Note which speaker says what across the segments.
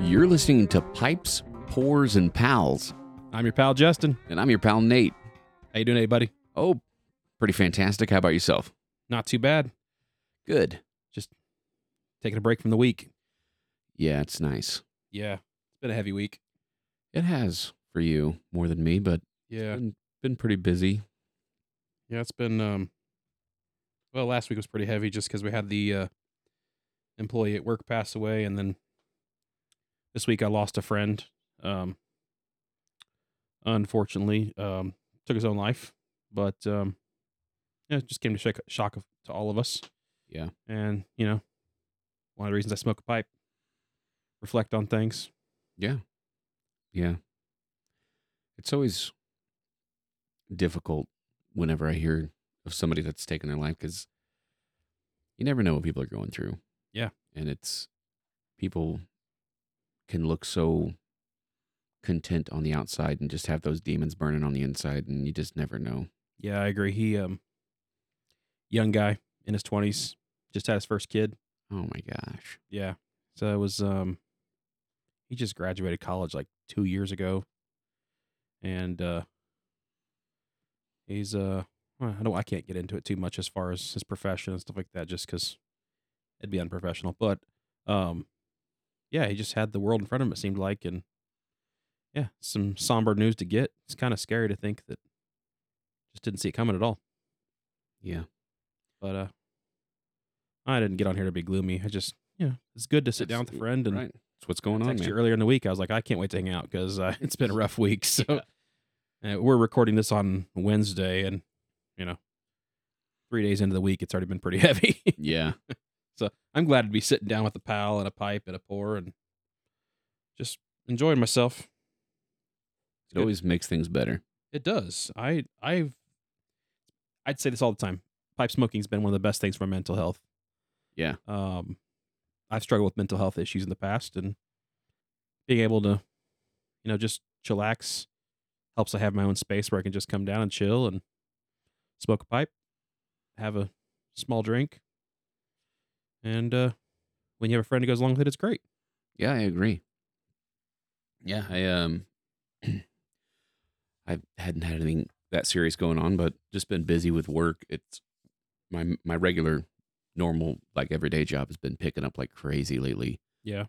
Speaker 1: You're listening to Pipes, Pores, and Pals,
Speaker 2: I'm your pal Justin.
Speaker 1: and I'm your pal Nate.
Speaker 2: How you doing, hey, buddy?
Speaker 1: Oh, pretty fantastic. How about yourself?
Speaker 2: Not too bad.
Speaker 1: Good.
Speaker 2: Taking a break from the week.
Speaker 1: Yeah, it's nice.
Speaker 2: Yeah, it's been a heavy week.
Speaker 1: It has for you more than me, but
Speaker 2: Yeah,
Speaker 1: been, been pretty busy.
Speaker 2: yeah, it's been. um Well, last week was pretty heavy just because we had the uh employee at work pass away, and then this week I lost a friend. Um Unfortunately, um took his own life, but um yeah, it just came to shock, shock of, to all of us.
Speaker 1: Yeah.
Speaker 2: and you know, one of the reasons I smoke a pipe, reflect on things.
Speaker 1: Yeah. Yeah. It's always difficult whenever I hear of somebody that's taken their life because you never know what people are going through.
Speaker 2: Yeah.
Speaker 1: And it's people can look so content on the outside and just have those demons burning on the inside, and you just never know.
Speaker 2: Yeah, I agree. He um young guy in his twenties, just had his first kid.
Speaker 1: Oh my gosh.
Speaker 2: Yeah. So it was um he just graduated college like two years ago. And uh he's uh well, I don't I can't get into it too much as far as his profession and stuff like that just because it'd be unprofessional. But um yeah, he just had the world in front of him, it seemed like, and yeah, some somber news to get. It's kinda scary to think that just didn't see it coming at all.
Speaker 1: Yeah.
Speaker 2: But uh I didn't get on here to be gloomy. I just, you know, it's good to sit down with a
Speaker 1: That's-
Speaker 2: friend and
Speaker 1: right. That's what's going
Speaker 2: I
Speaker 1: on,
Speaker 2: texted you
Speaker 1: man.
Speaker 2: earlier in the week. I was like, I can't wait to hang out because uh, it's been a rough week. So uh, we're recording this on Wednesday, and you know, three days into the week, it's already been pretty heavy.
Speaker 1: Yeah.
Speaker 2: so I'm glad to be sitting down with a pal and a pipe and a pour and just enjoying myself.
Speaker 1: It always makes things better.
Speaker 2: It does. I I've I'd say this all the time. Pipe smoking's been one of the best things for my mental health.
Speaker 1: Yeah.
Speaker 2: Um I've struggled with mental health issues in the past and being able to you know just chillax helps I have my own space where I can just come down and chill and smoke a pipe, have a small drink. And uh when you have a friend who goes along with it, it's great.
Speaker 1: Yeah, I agree. Yeah, I um I hadn't had anything that serious going on, but just been busy with work. It's my my regular normal like everyday job has been picking up like crazy lately.
Speaker 2: Yeah.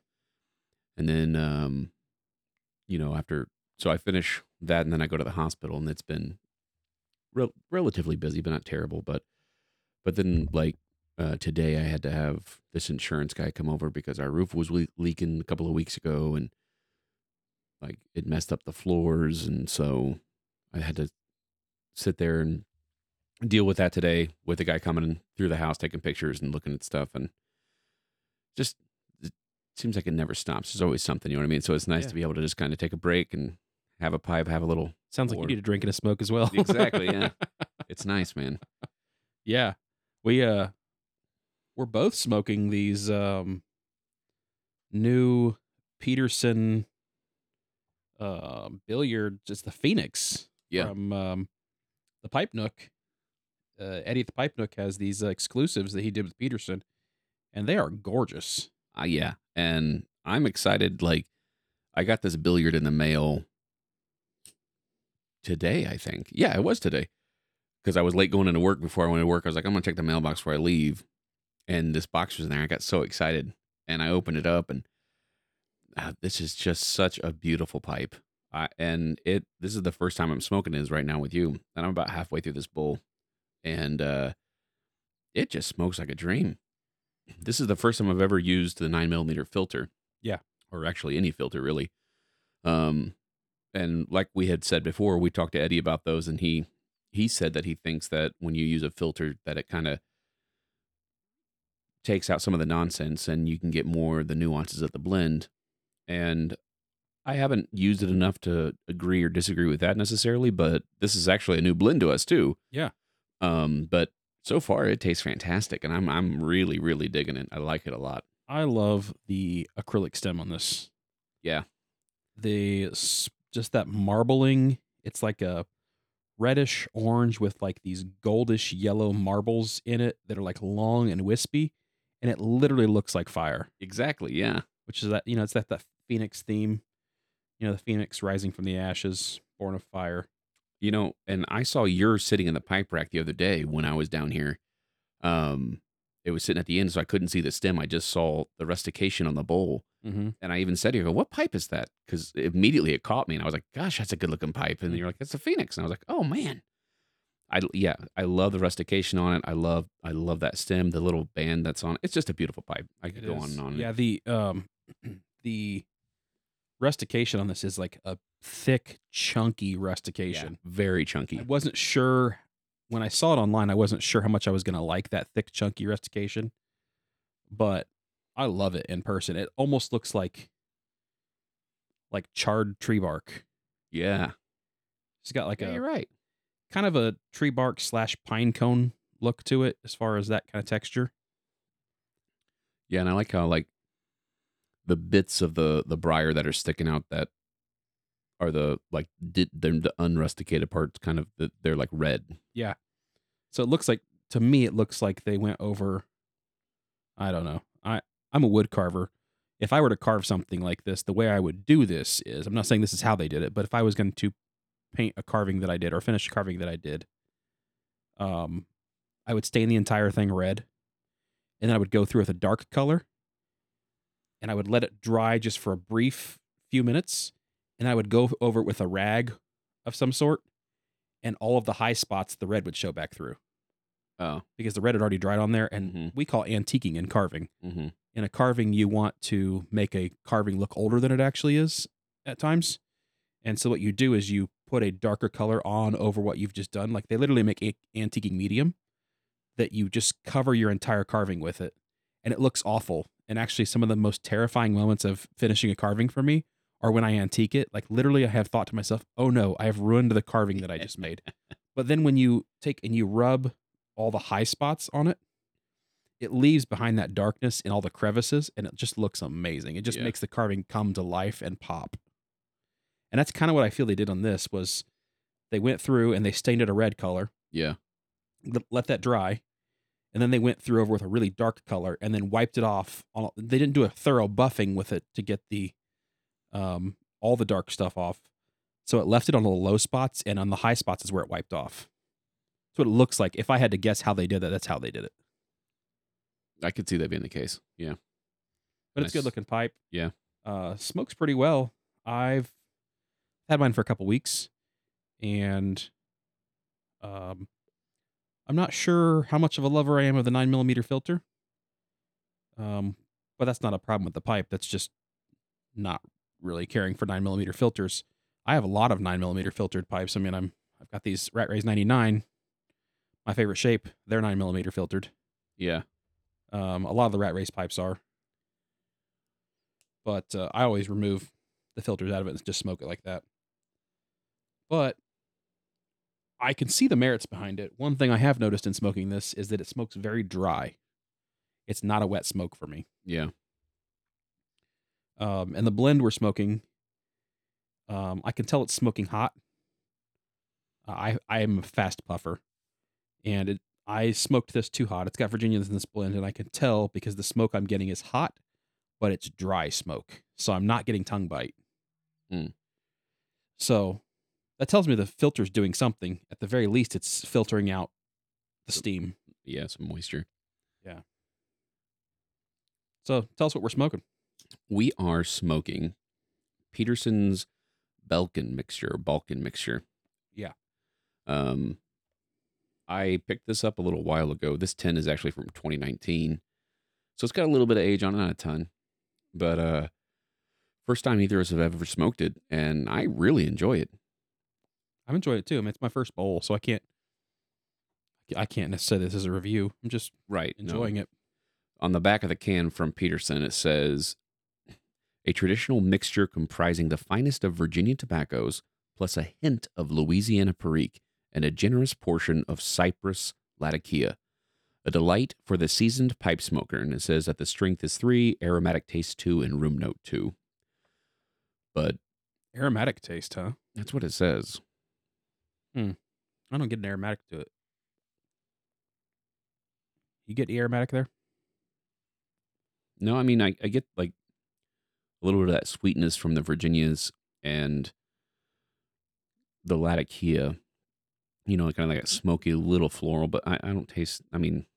Speaker 1: And then um you know, after so I finish that and then I go to the hospital and it's been rel- relatively busy but not terrible, but but then like uh, today I had to have this insurance guy come over because our roof was le- leaking a couple of weeks ago and like it messed up the floors. And so I had to sit there and deal with that today with the guy coming through the house, taking pictures and looking at stuff. And just it seems like it never stops. There's always something, you know what I mean? So it's nice
Speaker 2: Yeah.
Speaker 1: to be able to just kind of take a break and have a pipe, have a little.
Speaker 2: Sounds like
Speaker 1: Or-
Speaker 2: you need a drink and a smoke as well.
Speaker 1: Exactly, yeah. It's nice, man.
Speaker 2: Yeah. We uh we're both smoking these um new Peterson uh billiard it's the Phoenix
Speaker 1: Yeah.
Speaker 2: from um the Pipe Nook. Uh Eddie at the Pipe Nook has these uh, exclusives that he did with Peterson and they are gorgeous.
Speaker 1: Uh, yeah. And I'm excited. Like, I got this billiard in the mail today, I think. Yeah, it was today. Because I was late going into work before I went to work. I was like, I'm going to check the mailbox before I leave. And this box was in there. I got so excited. And I opened it up, and uh, this is just such a beautiful pipe. I, and it this is the first time I'm smoking it is right now with you. And I'm about halfway through this bowl. And uh, it just smokes like a dream this is the first time I've ever used the nine millimeter filter.
Speaker 2: Yeah.
Speaker 1: Or actually any filter really. Um and like we had said before, we talked to Eddie about those and he he said that he thinks that when you use a filter that it kind of takes out some of the nonsense and you can get more of the nuances of the blend. And I haven't used it enough to agree or disagree with that necessarily, but this is actually a new blend to us too.
Speaker 2: Yeah.
Speaker 1: Um but so far, it tastes fantastic, and I'm I'm really really digging it. I like it a lot.
Speaker 2: I love the acrylic stem on this.
Speaker 1: Yeah.
Speaker 2: The s- just that marbling, it's like a reddish orange with like these goldish yellow marbles in it that are like long and wispy and it literally looks like fire,
Speaker 1: Exactly. Yeah.
Speaker 2: which is that you know it's that that Phoenix theme. You know, the Phoenix rising from the ashes, born of fire.
Speaker 1: You know, and I saw yours sitting in the pipe rack the other day when I was down here. Um, it was sitting at the end, so I couldn't see the stem. I just saw the rustication on the bowl.
Speaker 2: Mm-hmm.
Speaker 1: And I even said to you, I go, What pipe is that? Because immediately it caught me. And I was like, Gosh, that's a good looking pipe.
Speaker 2: Mm.
Speaker 1: And you're like, That's a Phoenix. And I was like, Oh, man. I, yeah, I love the rustication on it. I love I love that stem, the little band that's on it. It's just a beautiful pipe. I could
Speaker 2: It
Speaker 1: go
Speaker 2: is.
Speaker 1: on and on.
Speaker 2: Yeah, the um, the rustication on this is like a thick, chunky
Speaker 1: Yeah,
Speaker 2: rustication.
Speaker 1: very chunky.
Speaker 2: I wasn't sure when I saw it online. I wasn't sure how much I was gonna like that thick, chunky rustication, but I love it in person. It almost looks like like charred tree bark.
Speaker 1: Yeah,
Speaker 2: It's got like
Speaker 1: yeah,
Speaker 2: a
Speaker 1: you're right.
Speaker 2: kind of a tree bark slash pine cone look to it as far as that kind of texture.
Speaker 1: Yeah, and I like how like the bits of the the briar that are sticking out that are the like did them the unrusticated parts kind of the, they're like red.
Speaker 2: So it looks like to me it looks like they went over I don't know. I I'm a wood carver. If I were to carve something like this, the way I would do this is I'm not saying this is how they did it, but if I was going to paint a carving that I did or finish a carving that I did, um I would stain the entire thing red and then I would go through with a dark color and I would let it dry just for a brief few minutes and I would go over it with a rag of some sort and all of the high spots the red would show back through
Speaker 1: Oh,
Speaker 2: because the red had already dried on there and
Speaker 1: Mhm.
Speaker 2: we call antiquing in carving
Speaker 1: mm-hmm.
Speaker 2: in a carving you want to make a carving look older than it actually is at times and so what you do is you put a darker color on over what you've just done like they literally make a- antiquing medium that you just cover your entire carving with it and it looks awful and actually some of the most terrifying moments of finishing a carving for me are when i antique it like literally i have thought to myself oh no i have ruined the carving that i just made but then when you take and you rub all the high spots on it it leaves behind that darkness and all the crevices and it just looks amazing it just
Speaker 1: Yeah.
Speaker 2: makes the carving come to life and pop and that's kind of what i feel they did on this was they went through and they stained it a red color
Speaker 1: yeah,
Speaker 2: l- let that dry and then they went through over with a really dark color and then wiped it off on they didn't do a thorough buffing with it to get the um all the dark stuff off so it left it on the low spots and on the high spots is where it wiped off that's what it looks like if i had to guess how they did that that's how they did it
Speaker 1: I could see that being the case. Yeah,
Speaker 2: but
Speaker 1: Nice.
Speaker 2: it's good looking pipe
Speaker 1: Yeah.
Speaker 2: uh smokes pretty well i've had mine for a couple weeks and um i'm not sure how much of a lover i am of the nine millimeter filter um but that's not a problem with the pipe that's just not really caring for nine millimeter filters i have a lot of nine millimeter filtered pipes i mean i'm i've got these rat rays 99 my favorite shape they're nine millimeter filtered
Speaker 1: yeah,
Speaker 2: um, a lot of the rat race pipes are. But uh, I always remove the filters out of it and just smoke it like that. But I can see the merits behind it. One thing I have noticed in smoking this is that it smokes very dry. It's not a wet smoke for me.
Speaker 1: yeah.
Speaker 2: Um, and the blend we're smoking, um, I can tell it's smoking hot. Uh, I I am a fast puffer, and it, I smoked this too hot. It's got Virginians in this blend, and I can tell because the smoke I'm getting is hot, but it's dry smoke, so I'm not getting tongue bite.
Speaker 1: Mm.
Speaker 2: So that tells me the filter's doing something. At the very least, it's filtering out the steam.
Speaker 1: yeah, some moisture.
Speaker 2: So tell us what we're smoking.
Speaker 1: We are smoking Peterson's Belkin mixture, Balkan mixture.
Speaker 2: Yeah.
Speaker 1: Um, I picked this up a little while ago. This tin is actually from 2019, so it's got a little bit of age on it, not a ton, but uh, first time either of us have ever smoked it, and I really enjoy it.
Speaker 2: I've enjoyed it too. I mean, it's my first bowl, so I can't. I can't necessarily say this is a review. I'm just
Speaker 1: Right,
Speaker 2: enjoying it.
Speaker 1: on the back of the can from Peterson, it says a traditional mixture comprising the finest of Virginia tobaccos, plus a hint of Louisiana Perique and a generous portion of Cypress Latakia. A delight for the seasoned pipe smoker, and it says that the strength is three, aromatic taste two, and room note two. But
Speaker 2: Aromatic taste, huh?
Speaker 1: that's what it says.
Speaker 2: I don't get an aromatic to it. You get aromatic there?
Speaker 1: No, I mean I, I get like a little bit of that sweetness from the Virginias and the Latakia. You know, kind of like a smoky little floral, but I, I don't taste. I mean,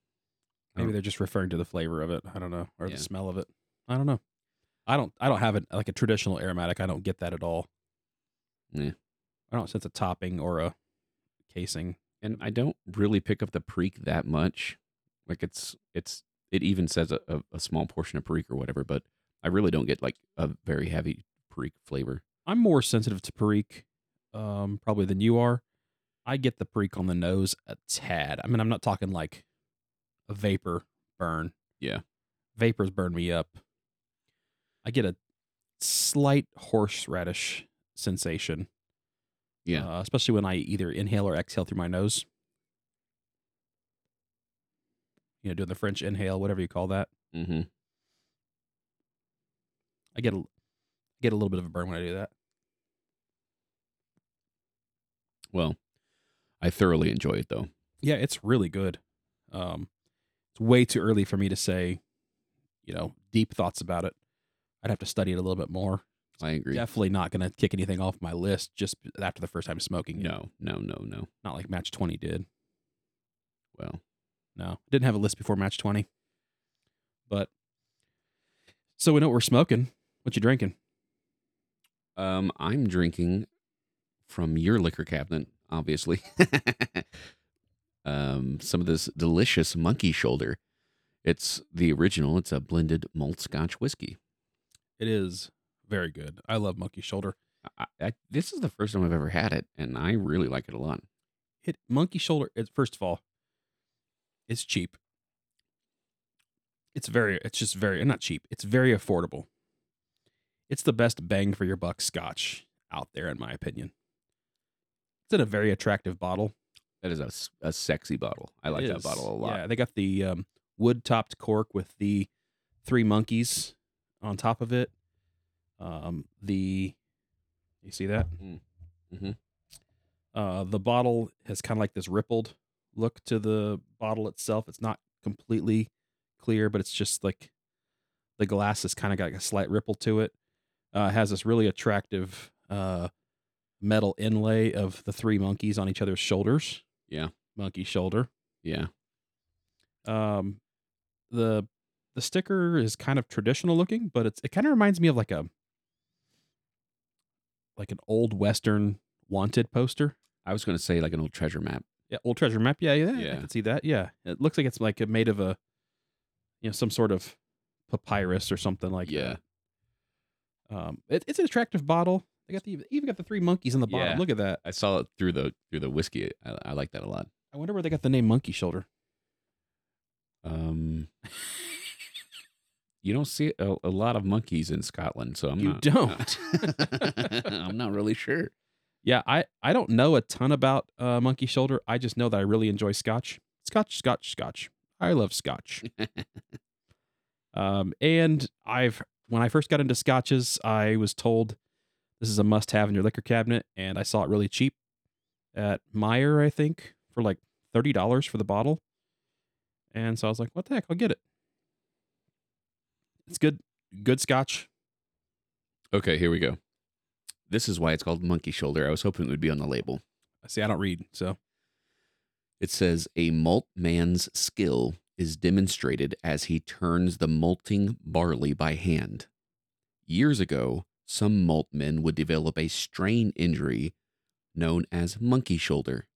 Speaker 1: I
Speaker 2: Maybe
Speaker 1: don't-
Speaker 2: they're just referring to the flavor of it. I don't know, or
Speaker 1: Yeah.
Speaker 2: the smell of it. I don't know. I don't. I don't have it like a traditional aromatic. I don't get that at all.
Speaker 1: Yeah.
Speaker 2: I don't sense a topping or a casing.
Speaker 1: and I don't really pick up the Perique that much. Like it's it's it even says a, a, a small portion of Perique or whatever, but I really don't get like a very heavy Perique flavor.
Speaker 2: I'm more sensitive to perique, um, probably than you are. I get the perique on the nose a tad. I mean, I'm not talking like a vapor burn.
Speaker 1: Yeah.
Speaker 2: Vapors burn me up. I get a slight horseradish sensation.
Speaker 1: Yeah.
Speaker 2: Uh, especially when I either inhale or exhale through my nose. You know, doing the French inhale, whatever you call that.
Speaker 1: Mm-hmm.
Speaker 2: I get a get a little bit of a burn when I do that.
Speaker 1: Well, I thoroughly enjoy it though.
Speaker 2: Yeah, it's really good. Um, it's way too early for me to say, you know, deep thoughts about it. I'd have to study it a little bit more.
Speaker 1: I agree.
Speaker 2: Definitely not going to kick anything off my list just after the first time smoking. it.
Speaker 1: No, no, no, no.
Speaker 2: Not like Match 20 did.
Speaker 1: Well,
Speaker 2: No, didn't have a list before Match 20. But so we know what we're smoking. What you drinking?
Speaker 1: um, I'm drinking from your liquor cabinet, obviously. um, some of this delicious monkey shoulder. It's the original. It's a blended malt Scotch whiskey.
Speaker 2: It is very good. I love Monkey Shoulder.
Speaker 1: I, I, this is the first time I've ever had it, and I really like it a lot.
Speaker 2: It Monkey Shoulder. It, first of all, it's cheap. It's very. It's just very not cheap. It's very affordable. It's the best bang for your buck Scotch out there, in my opinion. It's in a very attractive bottle.
Speaker 1: That is a, s- a sexy bottle. I like
Speaker 2: It
Speaker 1: that
Speaker 2: is.
Speaker 1: bottle a lot.
Speaker 2: Yeah, they got the um, wood topped cork with the three monkeys on top of it. Um, the you see that?
Speaker 1: Mm. Mhm.
Speaker 2: Uh, the bottle has kind of like this rippled look to the bottle itself. It's not completely clear, but it's just like the glass has kind of got like a slight ripple to it. Uh, it has this really attractive uh, metal inlay of the three monkeys on each other's shoulders.
Speaker 1: Yeah.
Speaker 2: monkey shoulder.
Speaker 1: Yeah.
Speaker 2: Um, the the sticker is kind of traditional looking, but it's it kind of reminds me of like a like an old western wanted poster.
Speaker 1: I was going to say like an old treasure map.
Speaker 2: Yeah, old treasure map. Yeah, yeah, I
Speaker 1: Yeah.
Speaker 2: can see that. Yeah, it looks like it's like a- made of a you know some sort of papyrus or something like
Speaker 1: Yeah.
Speaker 2: that. Um, it, it's an attractive bottle. They got the even got the three monkeys in the bottom.
Speaker 1: Yeah.
Speaker 2: Look at that.
Speaker 1: I saw it through the through the whiskey. I, I like that a lot.
Speaker 2: I wonder where they got the name Monkey Shoulder.
Speaker 1: Um, you don't see a, a lot of monkeys in Scotland, so I'm
Speaker 2: You
Speaker 1: not, uh,
Speaker 2: don't.
Speaker 1: I'm not really sure.
Speaker 2: Yeah, I, I don't know a ton about uh, Monkey Shoulder. I just know that I really enjoy Scotch. Scotch, Scotch, Scotch. I love Scotch. um, and I've when I first got into Scotches, I was told this is a must have in your liquor cabinet, and I saw it really cheap at Meyer, I think, for like thirty dollars for the bottle. And so I was like, what the heck, I'll get it. It's good good scotch.
Speaker 1: Okay, here we go. This is why it's called monkey shoulder. I was hoping it would be on the label.
Speaker 2: See, I don't read, so
Speaker 1: It says a malt man's skill is demonstrated as he turns the malting barley by hand. Years ago, some malt men would develop a strain injury known as monkey shoulder.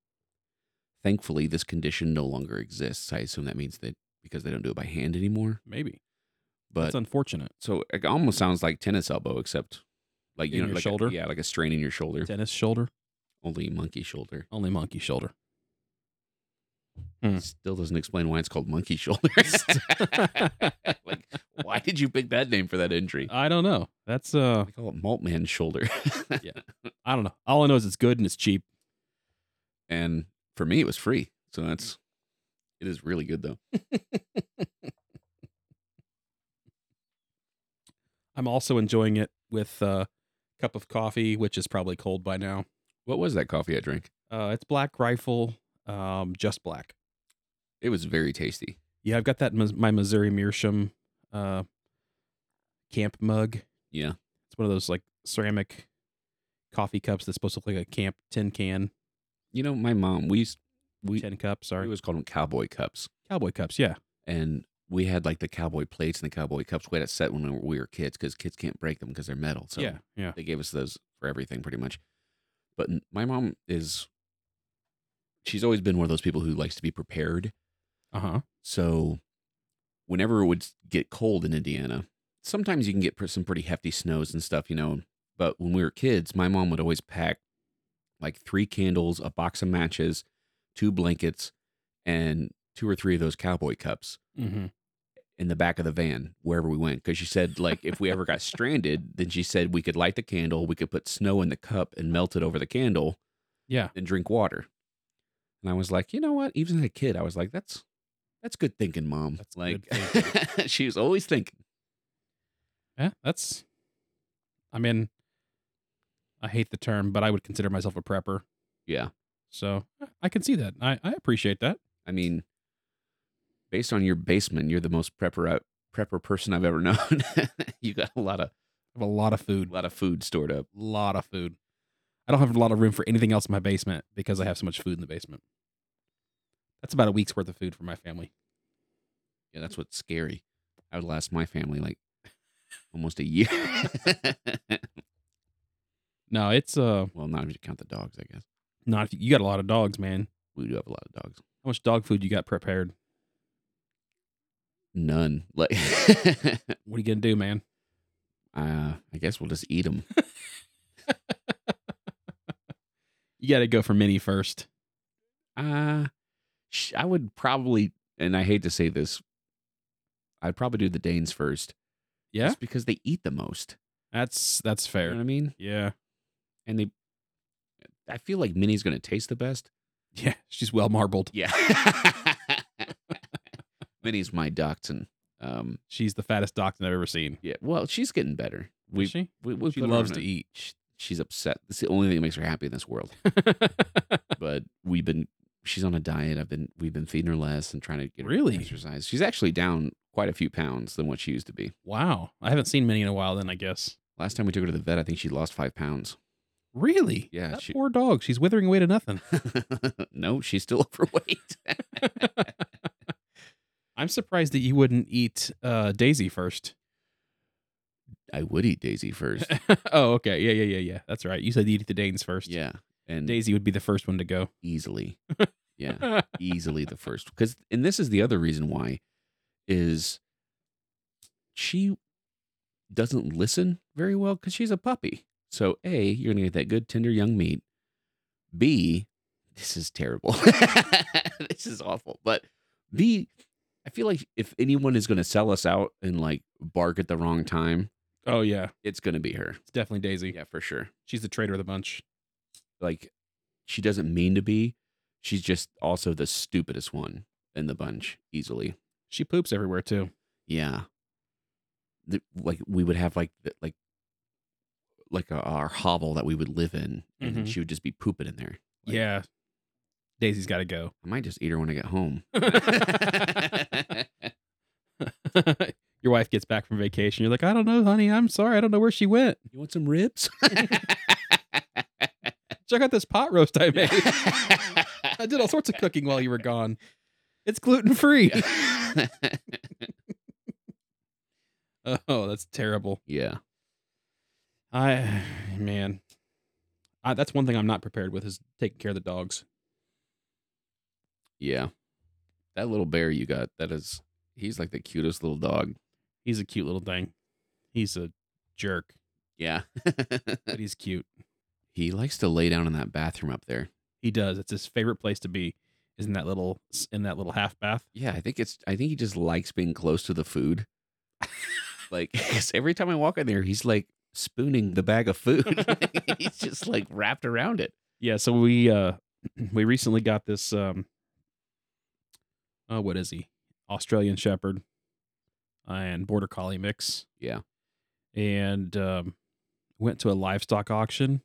Speaker 1: Thankfully, this condition no longer exists. I assume that means that because they don't do it by hand anymore.
Speaker 2: maybe.
Speaker 1: But
Speaker 2: That's unfortunate.
Speaker 1: so it almost sounds like tennis elbow, except like you
Speaker 2: In
Speaker 1: know,
Speaker 2: your
Speaker 1: like a-
Speaker 2: shoulder?
Speaker 1: yeah, like a strain in your shoulder.
Speaker 2: Tennis shoulder.
Speaker 1: Only monkey shoulder.
Speaker 2: Only monkey shoulder. Hmm.
Speaker 1: Still doesn't explain why it's called monkey shoulder. like, why did you pick that name for that injury?
Speaker 2: I don't know. That's uh
Speaker 1: I call it malt man's shoulder.
Speaker 2: I don't know. All I know is it's good and it's cheap.
Speaker 1: and for me, it was free. So that's, it is really good though.
Speaker 2: I'm also enjoying it with uh, a cup of coffee, which is probably cold by now.
Speaker 1: What was that coffee I drank?
Speaker 2: Uh it's black rifle, um, just black.
Speaker 1: It was very tasty.
Speaker 2: Yeah, I've got that mis- my Missouri Meerschaum uh camp mug
Speaker 1: Yeah.
Speaker 2: It's one of those like ceramic coffee cups that's supposed to look like a camp tin can,
Speaker 1: You know, my mom, we used, we,
Speaker 2: tin cup.
Speaker 1: we
Speaker 2: Sorry,
Speaker 1: always called them cowboy cups.
Speaker 2: cowboy cups. Yeah,
Speaker 1: And we had like the cowboy plates and the cowboy cups. We had a set when we were, we were kids because kids can't break them because they're metal. So
Speaker 2: yeah, yeah.
Speaker 1: they gave us those for everything pretty much. But n- my mom is, she's always been one of those people who likes to be prepared.
Speaker 2: Uh huh.
Speaker 1: So, whenever it would get cold in Indiana, sometimes you can get pr- some pretty hefty snows and stuff, you know. But when we were kids, my mom would always pack like three candles, a box of matches, two blankets, and two or three of those cowboy cups
Speaker 2: Mm-hmm.
Speaker 1: in the back of the van wherever we went. Because she said, like, if we ever got stranded, then she said we could light the candle, we could put snow in the cup and melt it over the candle
Speaker 2: Yeah,
Speaker 1: and drink water. And I was like, you know what? Even as a kid, I was like, that's that's good thinking, mom.
Speaker 2: That's
Speaker 1: like
Speaker 2: good thinking.
Speaker 1: she was always thinking.
Speaker 2: yeah. That's. I mean, I hate the term, but I would consider myself a prepper.
Speaker 1: Yeah.
Speaker 2: So I can see that. I, I appreciate that.
Speaker 1: I mean, based on your basement, you're the most prepper out prepper person I've ever known. you got a lot of
Speaker 2: I have a lot of food.
Speaker 1: a lot of food stored up.
Speaker 2: lot of food. I don't have a lot of room for anything else in my basement because I have so much food in the basement. That's about a week's worth of food for my family.
Speaker 1: Yeah, that's what's scary. I would last my family like almost a year.
Speaker 2: No, it's uh
Speaker 1: well, not if you count the dogs, I guess.
Speaker 2: not if you got a lot of dogs, man.
Speaker 1: We do have a lot of dogs.
Speaker 2: How much dog food you got prepared?
Speaker 1: None. Like,
Speaker 2: What are you gonna do, man?
Speaker 1: uh, I guess we'll just eat them.
Speaker 2: You gotta go for mini first.
Speaker 1: Uh, sh- I would probably, and I hate to say this, I'd probably do the Danes first.
Speaker 2: Yeah?
Speaker 1: Just because they eat the most.
Speaker 2: That's that's
Speaker 1: You know what I
Speaker 2: fair.
Speaker 1: mean?
Speaker 2: Yeah.
Speaker 1: And they, I feel like Minnie's going to taste the best.
Speaker 2: Yeah. She's well marbled.
Speaker 1: Yeah. Minnie's my dachshund. Um,
Speaker 2: She's the fattest dachshund I've ever seen.
Speaker 1: yeah. Well, she's getting better. We,
Speaker 2: Is she?
Speaker 1: we, we
Speaker 2: She
Speaker 1: put her
Speaker 2: loves
Speaker 1: on
Speaker 2: to
Speaker 1: a-
Speaker 2: eat.
Speaker 1: sh- She's upset. It's the only thing that makes her happy in this world. but we've been she's on a diet. I've been we've been feeding her less and trying to get her
Speaker 2: Really?
Speaker 1: exercise. She's actually down quite a few pounds than what she used to be.
Speaker 2: wow. I haven't seen many in a while then, I guess.
Speaker 1: Last time we took her to the vet, I think she lost five pounds.
Speaker 2: Really?
Speaker 1: Yeah,
Speaker 2: That
Speaker 1: she-
Speaker 2: poor dog. She's withering away to nothing.
Speaker 1: no, she's still overweight.
Speaker 2: I'm surprised that you wouldn't eat uh, Daisy first.
Speaker 1: I would eat Daisy first.
Speaker 2: oh, okay. Yeah, yeah, yeah, yeah. That's right. You said you eat the Danes first.
Speaker 1: Yeah, and
Speaker 2: Daisy would be the first one to go.
Speaker 1: easily, yeah, easily the first. Because and this is the other reason why is she doesn't listen very well because she's a puppy. So a, you're gonna get that good tender young meat. B, this is terrible. this is awful. But B, I feel like if anyone is gonna sell us out and like bark at the wrong time,
Speaker 2: oh yeah,
Speaker 1: it's gonna be her.
Speaker 2: it's definitely Daisy.
Speaker 1: Yeah, for sure.
Speaker 2: She's the traitor of the bunch.
Speaker 1: Like she doesn't mean to be. She's just also the stupidest one in the bunch easily.
Speaker 2: She poops everywhere too.
Speaker 1: Yeah. The, like we would have like the, like like a, our hovel that we would live in, and then
Speaker 2: Mhm.
Speaker 1: she would just be pooping in there. Like-
Speaker 2: yeah, Daisy's got to go.
Speaker 1: I might just eat her when I get home.
Speaker 2: Your wife gets back from vacation. You're like, I don't know, honey. I'm sorry. I don't know where she went.
Speaker 1: you want some ribs?
Speaker 2: Check out this pot roast I made. I did all sorts of cooking while you were gone. It's gluten free. Oh, that's terrible.
Speaker 1: yeah.
Speaker 2: I man, I, that's one thing I'm not prepared with is taking care of the dogs.
Speaker 1: Yeah. That little bear you got, that is he's like the cutest little dog.
Speaker 2: He's a cute little thing. He's a jerk,
Speaker 1: Yeah.
Speaker 2: but he's cute.
Speaker 1: he likes to lay down in that bathroom up there.
Speaker 2: He does. It's his favorite place to be. Is in that little in that little half bath.
Speaker 1: Yeah, I think it's I think he just likes being close to the food. like 'cause every time I walk in there, he's like spooning the bag of food. he's just like wrapped around it.
Speaker 2: Yeah. So we uh we recently got this um uh what is he Australian Shepherd and Border Collie mix.
Speaker 1: Yeah.
Speaker 2: And um, went to a livestock auction.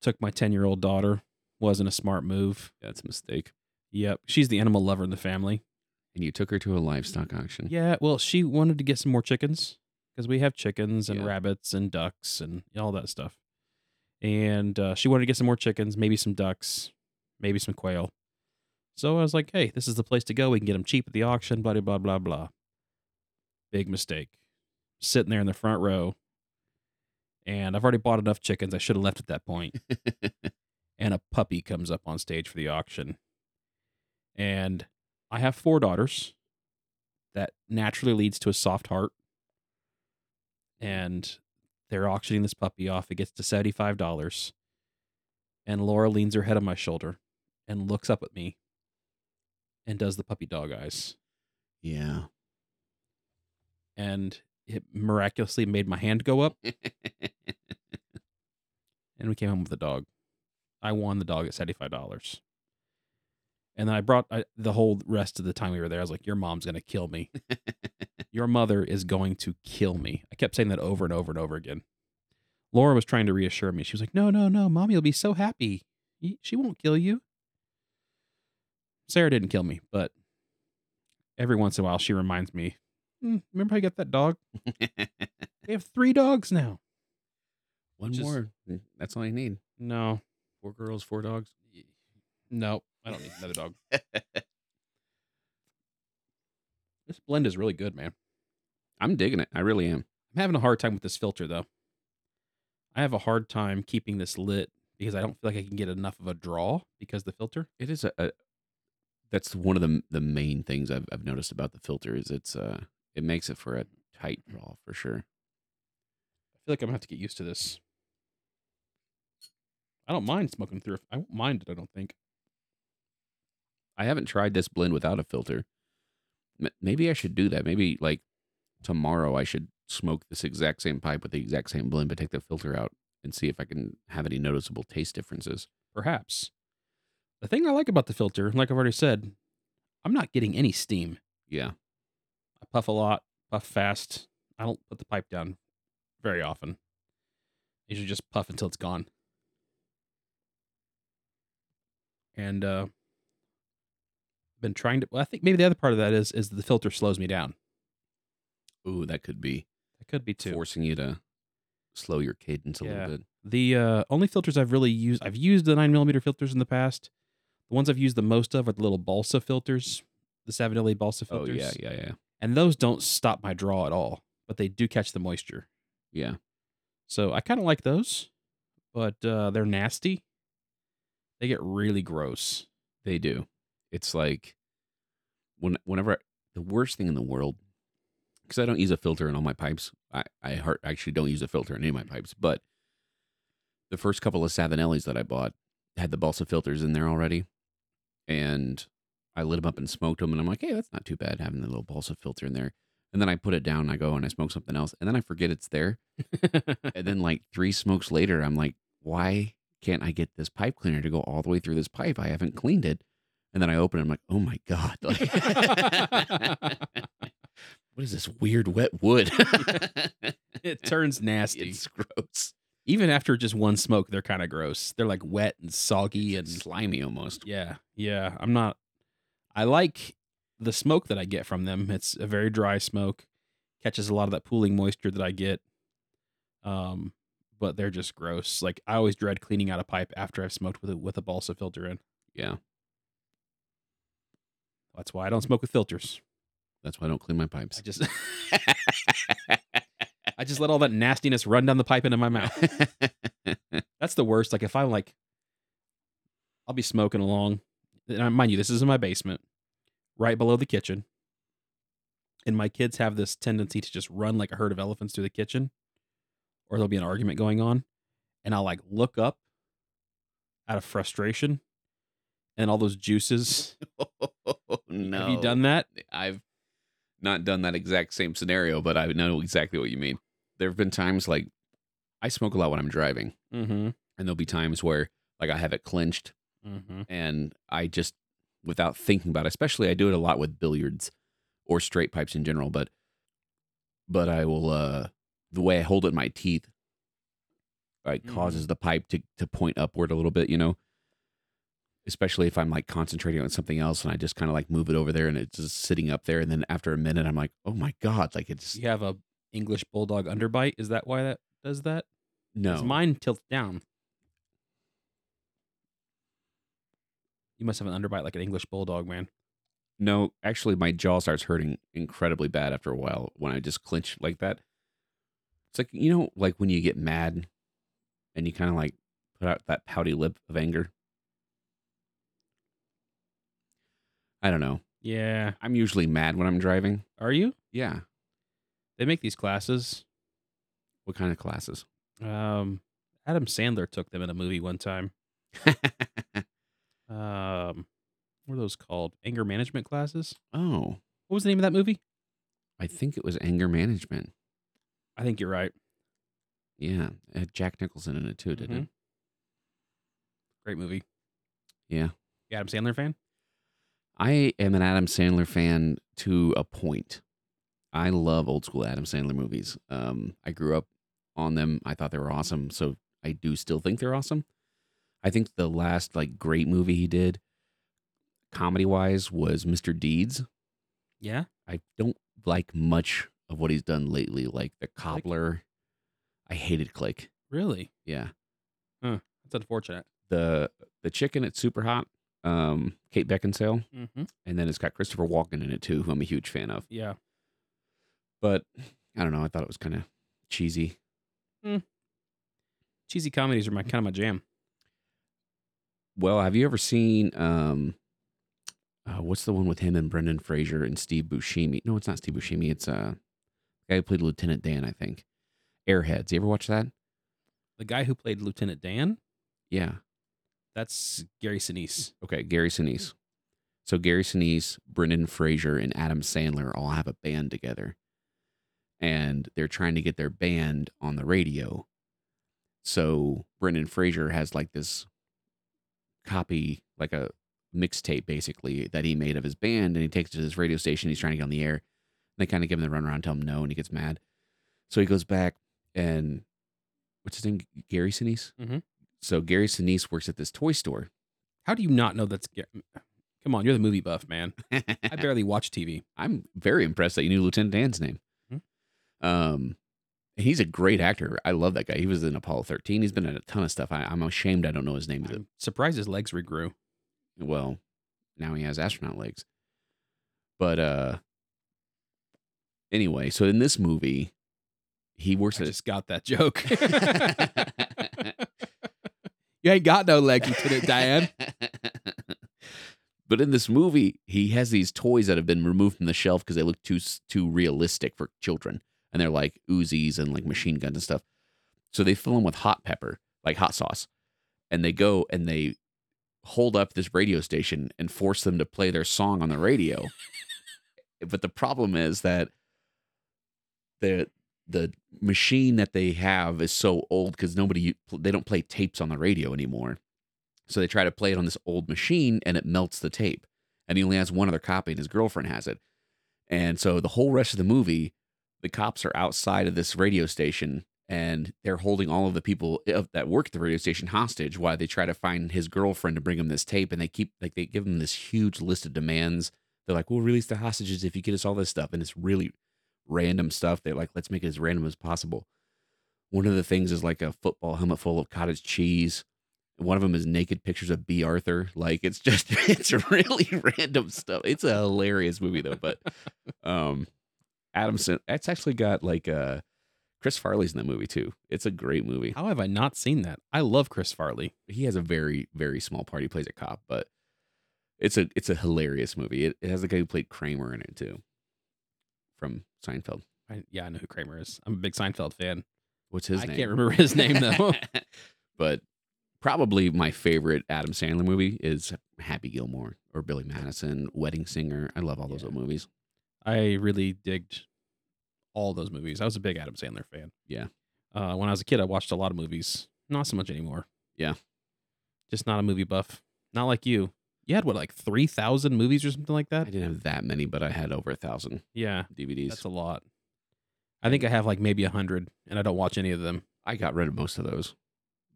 Speaker 2: Took my ten year old daughter. Wasn't a smart move.
Speaker 1: That's a mistake.
Speaker 2: Yep. She's the animal lover in the family.
Speaker 1: And you took her to a livestock auction.
Speaker 2: Yeah, well, she wanted to get some more chickens. because we have chickens and
Speaker 1: Yeah.
Speaker 2: rabbits and ducks and all that stuff. And uh, she wanted to get some more chickens, maybe some ducks, maybe some quail. So I was like, hey, this is the place to go. We can get them cheap at the auction, blah, blah, blah, blah, blah. Big mistake. Sitting there in the front row. And I've already bought enough chickens. I should have left at that point and a puppy comes up on stage for the auction. And I have four daughters. That naturally leads to a soft heart. And they're auctioning this puppy off. It gets to $75. And Laura leans her head on my shoulder and looks up at me and does the puppy dog eyes.
Speaker 1: yeah.
Speaker 2: And it miraculously made my hand go up. and we came home with a dog. I won the dog at seventy five dollars, and then I brought I, the whole rest of the time we were there. I was like, "Your mom's gonna kill me. Your mother is going to kill me." I kept saying that over and over and over again. Laura was trying to reassure me. She was like, "No, no, no, mommy will be so happy. Y- She won't kill you." Sarah didn't kill me, but every once in a while she reminds me, "Mm, "Remember how you got that dog? We have three dogs now."
Speaker 1: One
Speaker 2: Just-
Speaker 1: more. Mm, That's all you need.
Speaker 2: No,
Speaker 1: Four girls, four dogs.
Speaker 2: No, I don't need another dog. this blend is really good, man.
Speaker 1: I'm digging it. I really am.
Speaker 2: I'm having a hard time with this filter, though. I have a hard time keeping this lit because I don't feel like I can get enough of a draw because the filter.
Speaker 1: It is a, a that's one of the the main things I've I've noticed about the filter is it's uh it makes it for a tight draw for sure.
Speaker 2: I feel like I'm gonna have to get used to this. I don't mind smoking through. I won't mind it. I don't think.
Speaker 1: I haven't tried this blend without a filter. M- maybe I should do that. Maybe like tomorrow I should smoke this exact same pipe with the exact same blend, but take the filter out and see if I can have any noticeable taste differences.
Speaker 2: Perhaps. The thing I like about the filter, like I've already said, I'm not getting any steam.
Speaker 1: Yeah.
Speaker 2: I puff a lot, puff fast. I don't put the pipe down very often. Usually just puff until it's gone. And uh been trying to well, I think maybe the other part of that is is the filter slows me down.
Speaker 1: Ooh, that could be
Speaker 2: That could be too.
Speaker 1: forcing you to slow your cadence a
Speaker 2: Yeah.
Speaker 1: little bit.
Speaker 2: The uh only filters I've really used I've used the nine millimeter filters in the past. The ones I've used the most of are the little balsa filters, the Savinelli balsa
Speaker 1: Oh
Speaker 2: filters.
Speaker 1: yeah, yeah, yeah.
Speaker 2: And those don't stop my draw at all, but they do catch the moisture.
Speaker 1: Yeah.
Speaker 2: So I kind of like those, but uh, they're nasty. They get really gross.
Speaker 1: They do. It's like when whenever I- the worst thing in the world because I don't use a filter in all my pipes. I I heart, actually don't use a filter in any of my pipes, but the first couple of Savinellis that I bought had the balsa filters in there already, and I lit them up and smoked them, and I'm like, hey, that's not too bad having the little balsa filter in there. And then I put it down, and I go and I smoke something else, and then I forget it's there. And then like three smokes later, I'm like, why can't I get this pipe cleaner to go all the way through this pipe? I haven't cleaned it. And then I open it, I'm like, oh my God. Like, what is this weird wet wood?
Speaker 2: it turns nasty.
Speaker 1: it's gross.
Speaker 2: Even after just one smoke, they're kind of gross. They're like wet and soggy and
Speaker 1: It's slimy almost.
Speaker 2: yeah, yeah. I'm not. I like the smoke that I get from them. It's a very dry smoke, catches a lot of that pooling moisture that I get. Um, but they're just gross. Like I always dread cleaning out a pipe after I've smoked with a, with a balsa filter in.
Speaker 1: Yeah.
Speaker 2: That's why I don't smoke with filters.
Speaker 1: That's why I don't clean my
Speaker 2: I
Speaker 1: pipes.
Speaker 2: just I just let all that nastiness run down the pipe into my mouth. That's the worst. Like if I'm like, I'll be smoking along, and I- mind you, this is in my basement, right below the kitchen, and my kids have this tendency to just run like a herd of elephants through the kitchen, or there'll be an argument going on, and I'll like look up out of frustration, and all those juices.
Speaker 1: no.
Speaker 2: Have you done that?
Speaker 1: I've not done that exact same scenario, but I know exactly what you mean. There have been times like I smoke a lot when I'm driving,
Speaker 2: Mm-hmm.
Speaker 1: and there'll be times where like I have it clenched
Speaker 2: Mm-hmm.
Speaker 1: and I just without thinking about it, especially I do it a lot with billiards or straight pipes in general, but but I will uh the way I hold it in my teeth like
Speaker 2: Mhm.
Speaker 1: causes the pipe to to point upward a little bit, you know. Especially if I'm like concentrating on something else and I just kind of like move it over there and it's just sitting up there and then after a minute I'm like, "Oh my god, like it's
Speaker 2: You have a English bulldog underbite. Is that why that does that? 'Cause
Speaker 1: No,
Speaker 2: Mine tilts down. You must have an underbite like an English bulldog, man.
Speaker 1: no. Actually, my jaw starts hurting incredibly bad after a while when I just clench like that. It's like you know, like when you get mad, and you kind of like put out that pouty lip of anger. I don't know.
Speaker 2: Yeah.
Speaker 1: I'm usually mad when I'm driving.
Speaker 2: Are you?
Speaker 1: Yeah.
Speaker 2: They make these classes.
Speaker 1: What kind of classes?
Speaker 2: Um, Adam Sandler took them in a movie one time. Um, what are those called? Anger management classes?
Speaker 1: oh,
Speaker 2: What was the name of that movie?
Speaker 1: I think it was anger management.
Speaker 2: I think you're right.
Speaker 1: Yeah, it had Jack Nicholson in it too, didn't it?
Speaker 2: Great movie.
Speaker 1: Yeah.
Speaker 2: You Adam Sandler fan?
Speaker 1: I am an Adam Sandler fan to a point. I love old school Adam Sandler movies. Um, I grew up on them. I thought they were awesome. So I do still think they're awesome. I think the last like great movie he did, comedy wise, was Mr. Deeds.
Speaker 2: Yeah.
Speaker 1: I don't like much of what he's done lately, like The
Speaker 2: Click?
Speaker 1: Cobbler. I hated Click.
Speaker 2: Really?
Speaker 1: Yeah,
Speaker 2: That's unfortunate.
Speaker 1: the the chicken. It's super hot. Um, Kate Beckinsale,
Speaker 2: Mm-hmm.
Speaker 1: and then it's got Christopher Walken in it too, who I'm a huge fan of.
Speaker 2: Yeah.
Speaker 1: but I don't know. I thought it was kind of cheesy.
Speaker 2: Cheesy comedies are my kind of my jam.
Speaker 1: Well, have you ever seen um, uh, what's the one with him and Brendan Fraser and Steve Buscemi? No, it's not Steve Buscemi. It's uh, the guy who played Lieutenant Dan, I think. Airheads. You ever watch that?
Speaker 2: The guy who played Lieutenant Dan,
Speaker 1: Yeah. Mm.
Speaker 2: that's Gary Sinise.
Speaker 1: Okay. Gary Sinise. So Gary Sinise, Brendan Fraser, and Adam Sandler all have a band together, and they're trying to get their band on the radio. So Brendan Fraser has like this copy, like a mixtape basically that he made of his band, and he takes it to this radio station. He's trying to get on the air. And they kind of give him the runaround, tell him no, and he gets mad. So he goes back and what's his name? Gary Sinise.
Speaker 2: Mhm.
Speaker 1: So Gary Sinise works at this toy store.
Speaker 2: How do you not know that's Gary? Come on, you're the movie buff, man. I barely watch TV.
Speaker 1: I'm very impressed that you knew Lieutenant Dan's name.
Speaker 2: Mhm.
Speaker 1: Um, he's a great actor. I love that guy. He was in Apollo 13. He's been in a ton of stuff. I, I'm ashamed I don't know his name.
Speaker 2: I'm surprised his legs regrew.
Speaker 1: Well, now he has astronaut legs. But uh, anyway, so in this movie, he works
Speaker 2: I
Speaker 1: at a-
Speaker 2: just got that joke. you ain't got no legs, Lieutenant Dan.
Speaker 1: But in this movie, he has these toys that have been removed from the shelf because they look too s- too realistic for children, and they're like Uzis and like machine guns and stuff. So they fill them with hot pepper, like hot sauce, and they go and they hold up this radio station and force them to play their song on the radio. but the problem is that the the machine that they have is so old because nobody they don't play tapes on the radio anymore. So they try to play it on this old machine and it melts the tape. And he only has one other copy and his girlfriend has it. And so the whole rest of the movie, the cops are outside of this radio station and they're holding all of the people of- that work at the radio station hostage while they try to find his girlfriend to bring him this tape. And they keep, like, they give him this huge list of demands. They're like, we'll release the hostages if you get us all this stuff. And it's really random stuff. They're like, let's make it as random as possible. One of the things is like a football helmet full of cottage cheese. One of them is naked pictures of B. Arthur. Like it's just it's really random stuff. It's a hilarious movie though. But um Adamson, it's actually got like uh Chris Farley's in that movie too. It's a great movie.
Speaker 2: How have I not seen that? I love Chris Farley.
Speaker 1: He has a very very small part. He plays a cop, but it's a it's a hilarious movie. It, it has the guy who played Kramer in it too, from Seinfeld.
Speaker 2: I, yeah, I know who Kramer is. I'm a big Seinfeld fan.
Speaker 1: What's his
Speaker 2: I
Speaker 1: name?
Speaker 2: can't remember his name though.
Speaker 1: but probably my favorite Adam Sandler movie is Happy Gilmore or Billy Madison, Wedding Singer. I love all those
Speaker 2: Yeah.
Speaker 1: old movies.
Speaker 2: I really digged all those movies. I was a big Adam Sandler fan.
Speaker 1: Yeah.
Speaker 2: Uh, when I was a kid, I watched a lot of movies. Not so much anymore.
Speaker 1: Yeah.
Speaker 2: Just not a movie buff. Not like you. You had what, like three thousand movies or something like
Speaker 1: I
Speaker 2: that?
Speaker 1: didn't have that many, but I had over a thousand
Speaker 2: Yeah,
Speaker 1: DVDs.
Speaker 2: that's a lot. I think I have like maybe a hundred, and I don't watch any of them.
Speaker 1: I got rid of most of those,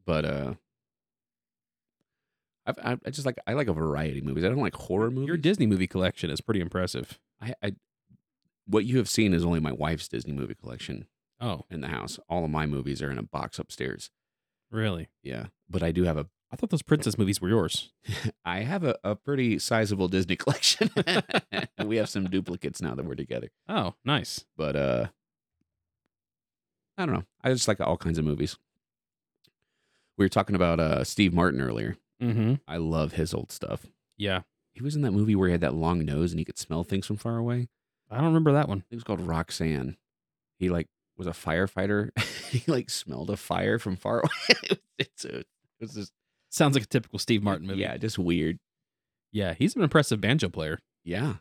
Speaker 1: but uh, I've, I I just like I like a variety of movies. I don't like horror movies.
Speaker 2: Your Disney movie collection is pretty impressive.
Speaker 1: I, I what you have seen is only my wife's Disney movie collection
Speaker 2: Oh,
Speaker 1: in the house. All of my movies are in a box upstairs.
Speaker 2: really?
Speaker 1: Yeah, but I do have a
Speaker 2: I thought those princess movies were yours.
Speaker 1: I have a, a pretty sizable Disney collection. we have some duplicates now that we're together.
Speaker 2: Oh, nice.
Speaker 1: But uh I don't know. I just like all kinds of movies. We were talking about uh Steve Martin earlier.
Speaker 2: Mm-hmm.
Speaker 1: I love his old stuff.
Speaker 2: Yeah,
Speaker 1: He was in that movie where he had that long nose and he could smell things from far away.
Speaker 2: I don't remember that one.
Speaker 1: It was called Roxanne. He like was a firefighter. he like smelled a fire from far away. it's a, it was just
Speaker 2: Sounds like a typical Steve Martin movie.
Speaker 1: Yeah, just weird.
Speaker 2: yeah. He's an impressive banjo player,
Speaker 1: Yeah.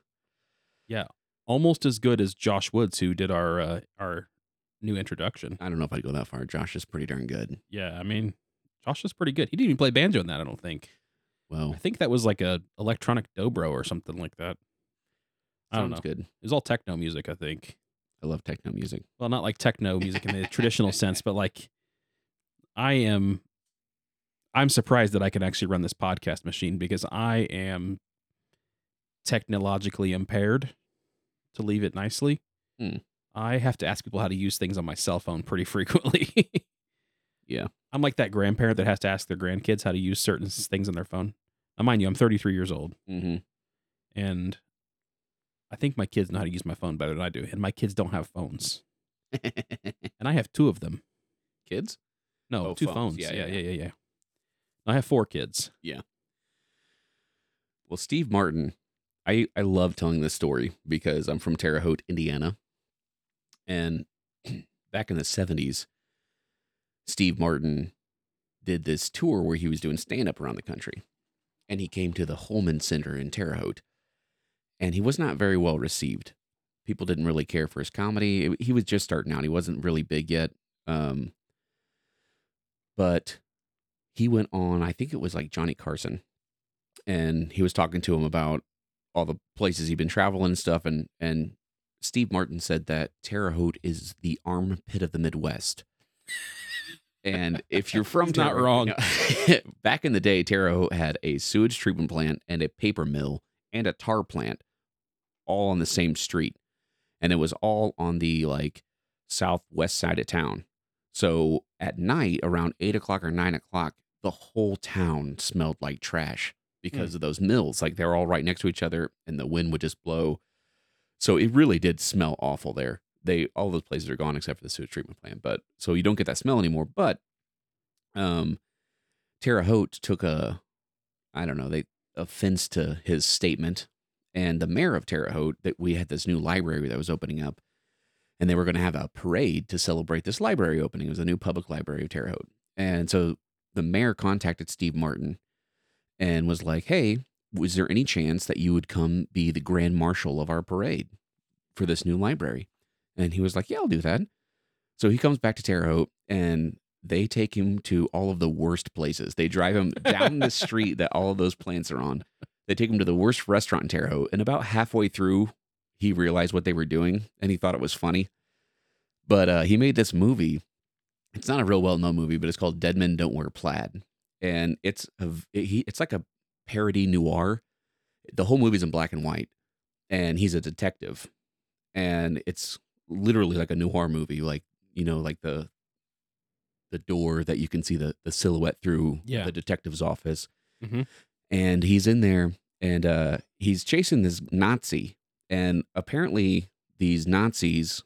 Speaker 2: almost as good as Josh Woods, who did our uh, our new introduction.
Speaker 1: I don't know if I'd go that far. Josh is pretty darn good.
Speaker 2: Yeah, I mean, Josh is pretty good. He didn't even play banjo in that. I don't think.
Speaker 1: Well,
Speaker 2: I think that was like a electronic dobro or something like that. I don't know.
Speaker 1: sounds good.
Speaker 2: It was all techno music, I think.
Speaker 1: I love techno music.
Speaker 2: Well, not like techno music in the traditional sense, but like I am I'm surprised that I can actually run this podcast machine because I am technologically impaired to leave it nicely.
Speaker 1: Hmm.
Speaker 2: I have to ask people how to use things on my cell phone pretty frequently.
Speaker 1: Yeah.
Speaker 2: I'm like that grandparent that has to ask their grandkids how to use certain s- things on their phone. Now, mind you, I'm 33 years old
Speaker 1: Mm-hmm.
Speaker 2: and I think my kids know how to use my phone better than I do. And my kids don't have phones.
Speaker 1: Mm-hmm.
Speaker 2: And I have two of them.
Speaker 1: Kids?
Speaker 2: No,
Speaker 1: Oh,
Speaker 2: two
Speaker 1: phones.
Speaker 2: phones.
Speaker 1: Yeah,
Speaker 2: Yeah,
Speaker 1: yeah,
Speaker 2: yeah, yeah, yeah, yeah. I have four kids.
Speaker 1: Well, Steve Martin, I, I love telling this story because I'm from Terre Haute, Indiana. And back in the 70s, Steve Martin did this tour where he was doing stand up around the country. And he came to the Holman Center in Terre Haute. And he was not very well received. People didn't really care for his comedy. It- He was just starting out, he wasn't really big yet. Um, but he went on, I think it was like Johnny Carson and he was talking to him about all the places he'd been traveling and stuff and and Steve Martin said that Terre Haute is the armpit of the Midwest. And if you're from
Speaker 2: He's not
Speaker 1: Terre Haute-
Speaker 2: wrong.
Speaker 1: No. back in the day, Terre Haute had a sewage treatment plant and a paper mill and a tar plant all on the same street. And it was all on the like southwest side of town. So at night, around eight o'clock or nine o'clock, the whole town smelled like trash because of those mills. Like they're all right next to each other and the wind would just blow. So it really did smell awful there. They all those places are gone except for the sewage treatment plant. But so you don't get that smell anymore. But um Terre Haute took a I don't know, they offense to his statement. And the mayor of Terre Haute, that we had this new library that was opening up, and they were going to have a parade to celebrate this library opening. It was the new public library of Terre Haute. And so the mayor contacted Steve Martin and was like, Hey, was there any chance that you would come be the grand marshal of our parade for this new library? And he was like, Yeah, I'll do that. So he comes back to Terre Haute and they take him to all of the worst places. They drive him down the street that all of those plants are on. They take him to the worst restaurant in Terre Haute. And about halfway through, he realized what they were doing and he thought it was funny. But uh, he made this movie. It's not a real well known movie, but it's called Dead Men Don't Wear Plaid. And it's a, v- he, it's like a parody noir. The whole movie's in black and white, and he's a detective, and it's literally like a noir movie, like you know, like the the door that you can see the the silhouette through
Speaker 2: Yeah.
Speaker 1: the detective's office,
Speaker 2: Mhm.
Speaker 1: and he's in there, and uh, he's chasing this Nazi, and apparently these Nazis,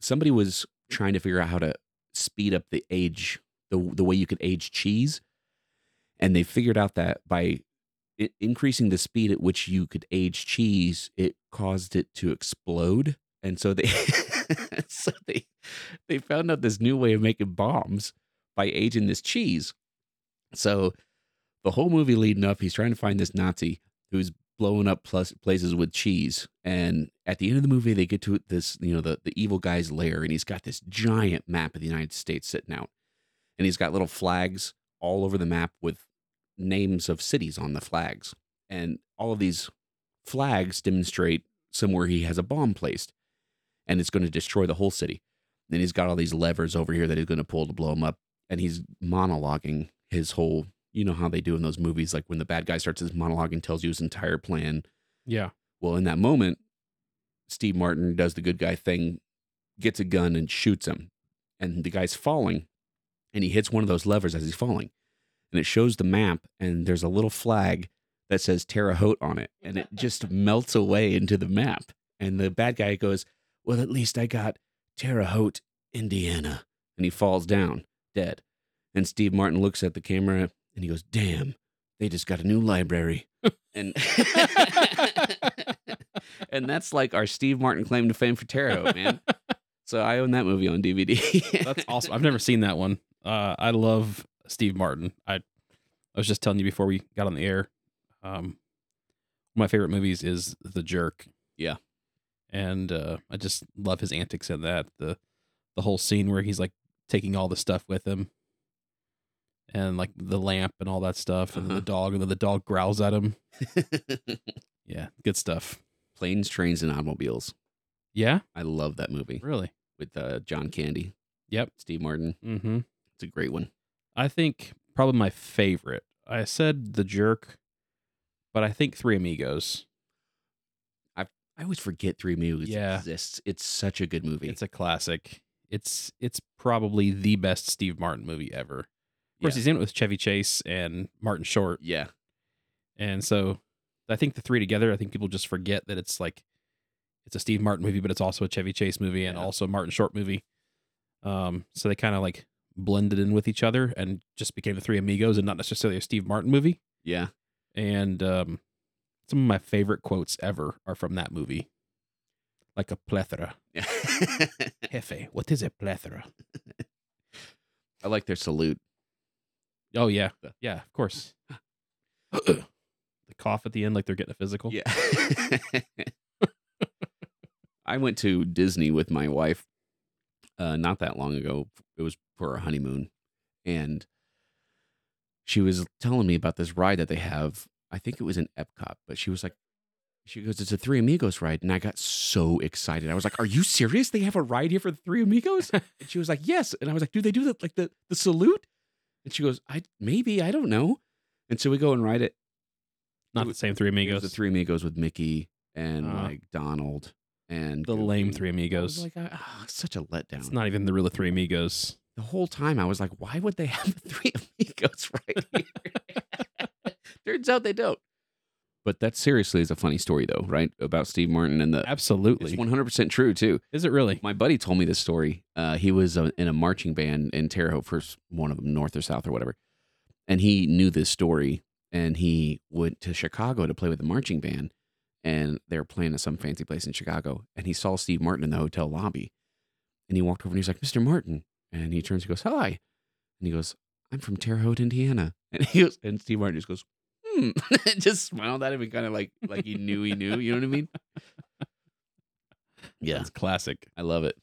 Speaker 1: somebody was trying to figure out how to speed up the age, the the way you could age cheese. And they figured out that by i- increasing the speed at which you could age cheese, it caused it to explode. And so they so they they found out this new way of making bombs by aging this cheese. So the whole movie leading up, he's trying to find this Nazi who's blowing up plus places with cheese. And at the end of the movie, they get to this, you know, the, the evil guy's lair, and he's got this giant map of the United States sitting out. And he's got little flags all over the map with names of cities on the flags. And all of these flags demonstrate somewhere he has a bomb placed and it's going to destroy the whole city. Then he's got all these levers over here that he's going to pull to blow him up. And he's monologuing his whole, you know, how they do in those movies, like when the bad guy starts his monologue and tells you his entire plan.
Speaker 2: Yeah.
Speaker 1: Well, in that moment, Steve Martin does the good guy thing, gets a gun and shoots him. And the guy's falling and he hits one of those levers as he's falling. And it shows the map and there's a little flag that says Terre Haute on it. And it just melts away into the map. And the bad guy goes, Well, at least I got Terre Haute, Indiana. And he falls down dead. And Steve Martin looks at the camera and he goes, Damn, they just got a new library. and and that's like our Steve Martin claim to fame for Terre Haute, man. So I own that movie on DVD.
Speaker 2: That's awesome. I've never seen that one. Uh, I love Steve Martin. I I was just telling you before we got on the air. Um, one of my favorite movies is The Jerk.
Speaker 1: Yeah.
Speaker 2: and uh, I just love his antics in that. The the whole scene where he's like taking all the stuff with him, and like the lamp and all that stuff, and
Speaker 1: Uh-huh.
Speaker 2: the dog, and then the dog growls at him. Yeah, good stuff.
Speaker 1: Planes, Trains, and Automobiles.
Speaker 2: Yeah,
Speaker 1: I love that movie
Speaker 2: really.
Speaker 1: with uh, John Candy.
Speaker 2: Yep.
Speaker 1: Steve Martin.
Speaker 2: Mm-hmm.
Speaker 1: It's a great one.
Speaker 2: I think probably my favorite. I said The Jerk, but I think Three Amigos.
Speaker 1: I always forget Three Movies
Speaker 2: Yeah.
Speaker 1: exists. It's such a good movie.
Speaker 2: It's a classic. It's it's probably the best Steve Martin movie ever. Of course,
Speaker 1: Yeah.
Speaker 2: he's in it with Chevy Chase and Martin Short,
Speaker 1: yeah.
Speaker 2: and so I think the three together. I think people just forget that it's like it's a Steve Martin movie, but it's also a Chevy Chase movie and
Speaker 1: Yeah.
Speaker 2: also a Martin Short movie. Um, so they kind of like blended in with each other and just became the Three Amigos, and not necessarily a Steve Martin movie.
Speaker 1: Yeah.
Speaker 2: and um, some of my favorite quotes ever are from that movie. Like a plethora. Hefe, what is a plethora?
Speaker 1: I like their salute.
Speaker 2: Oh yeah, yeah, of course. the cough at the end, like they're getting a physical.
Speaker 1: Yeah. I went to Disney with my wife uh, not that long ago. It was for our honeymoon. And she was telling me about this ride that they have. I think it was in Epcot, but she was like, she goes, it's a Three Amigos ride. And I got so excited. I was like, are you serious? They have a ride here for the Three Amigos? And she was like, yes. And I was like, do they do the, like the, the salute? And she goes, I maybe, I don't know. And so we go and ride it.
Speaker 2: Not the same Three
Speaker 1: It
Speaker 2: Amigos.
Speaker 1: was
Speaker 2: The,
Speaker 1: the Three Amigos with Mickey and
Speaker 2: Uh-huh.
Speaker 1: like Donald and Goofy.
Speaker 2: lame Three
Speaker 1: I was
Speaker 2: Amigos.
Speaker 1: Like I, ah, such a letdown.
Speaker 2: it's not even the real Three Amigos.
Speaker 1: the whole time I was like, why would they have the Three Amigos right here? Turns out they don't. But that seriously is a funny story though, right? About Steve Martin and the. It's
Speaker 2: Absolutely.
Speaker 1: one hundred percent true too.
Speaker 2: Is it really?
Speaker 1: My buddy told me this story. Uh, he was uh, in a marching band in Terre Haute, first one of them, north or south or whatever. And he knew this story, and he went to Chicago to play with the marching band. And they were playing at some fancy place in Chicago. And he saw Steve Martin in the hotel lobby, and he walked over and he's like, "Mr. Martin," and he turns and goes, "Hi," and he goes, "I'm from Terre Haute, Indiana." And he goes, and Steve Martin just goes, "Hmm," and just smiled at him and kind of like like he knew he knew. You know what I mean? Yeah.
Speaker 2: It's classic.
Speaker 1: I love it.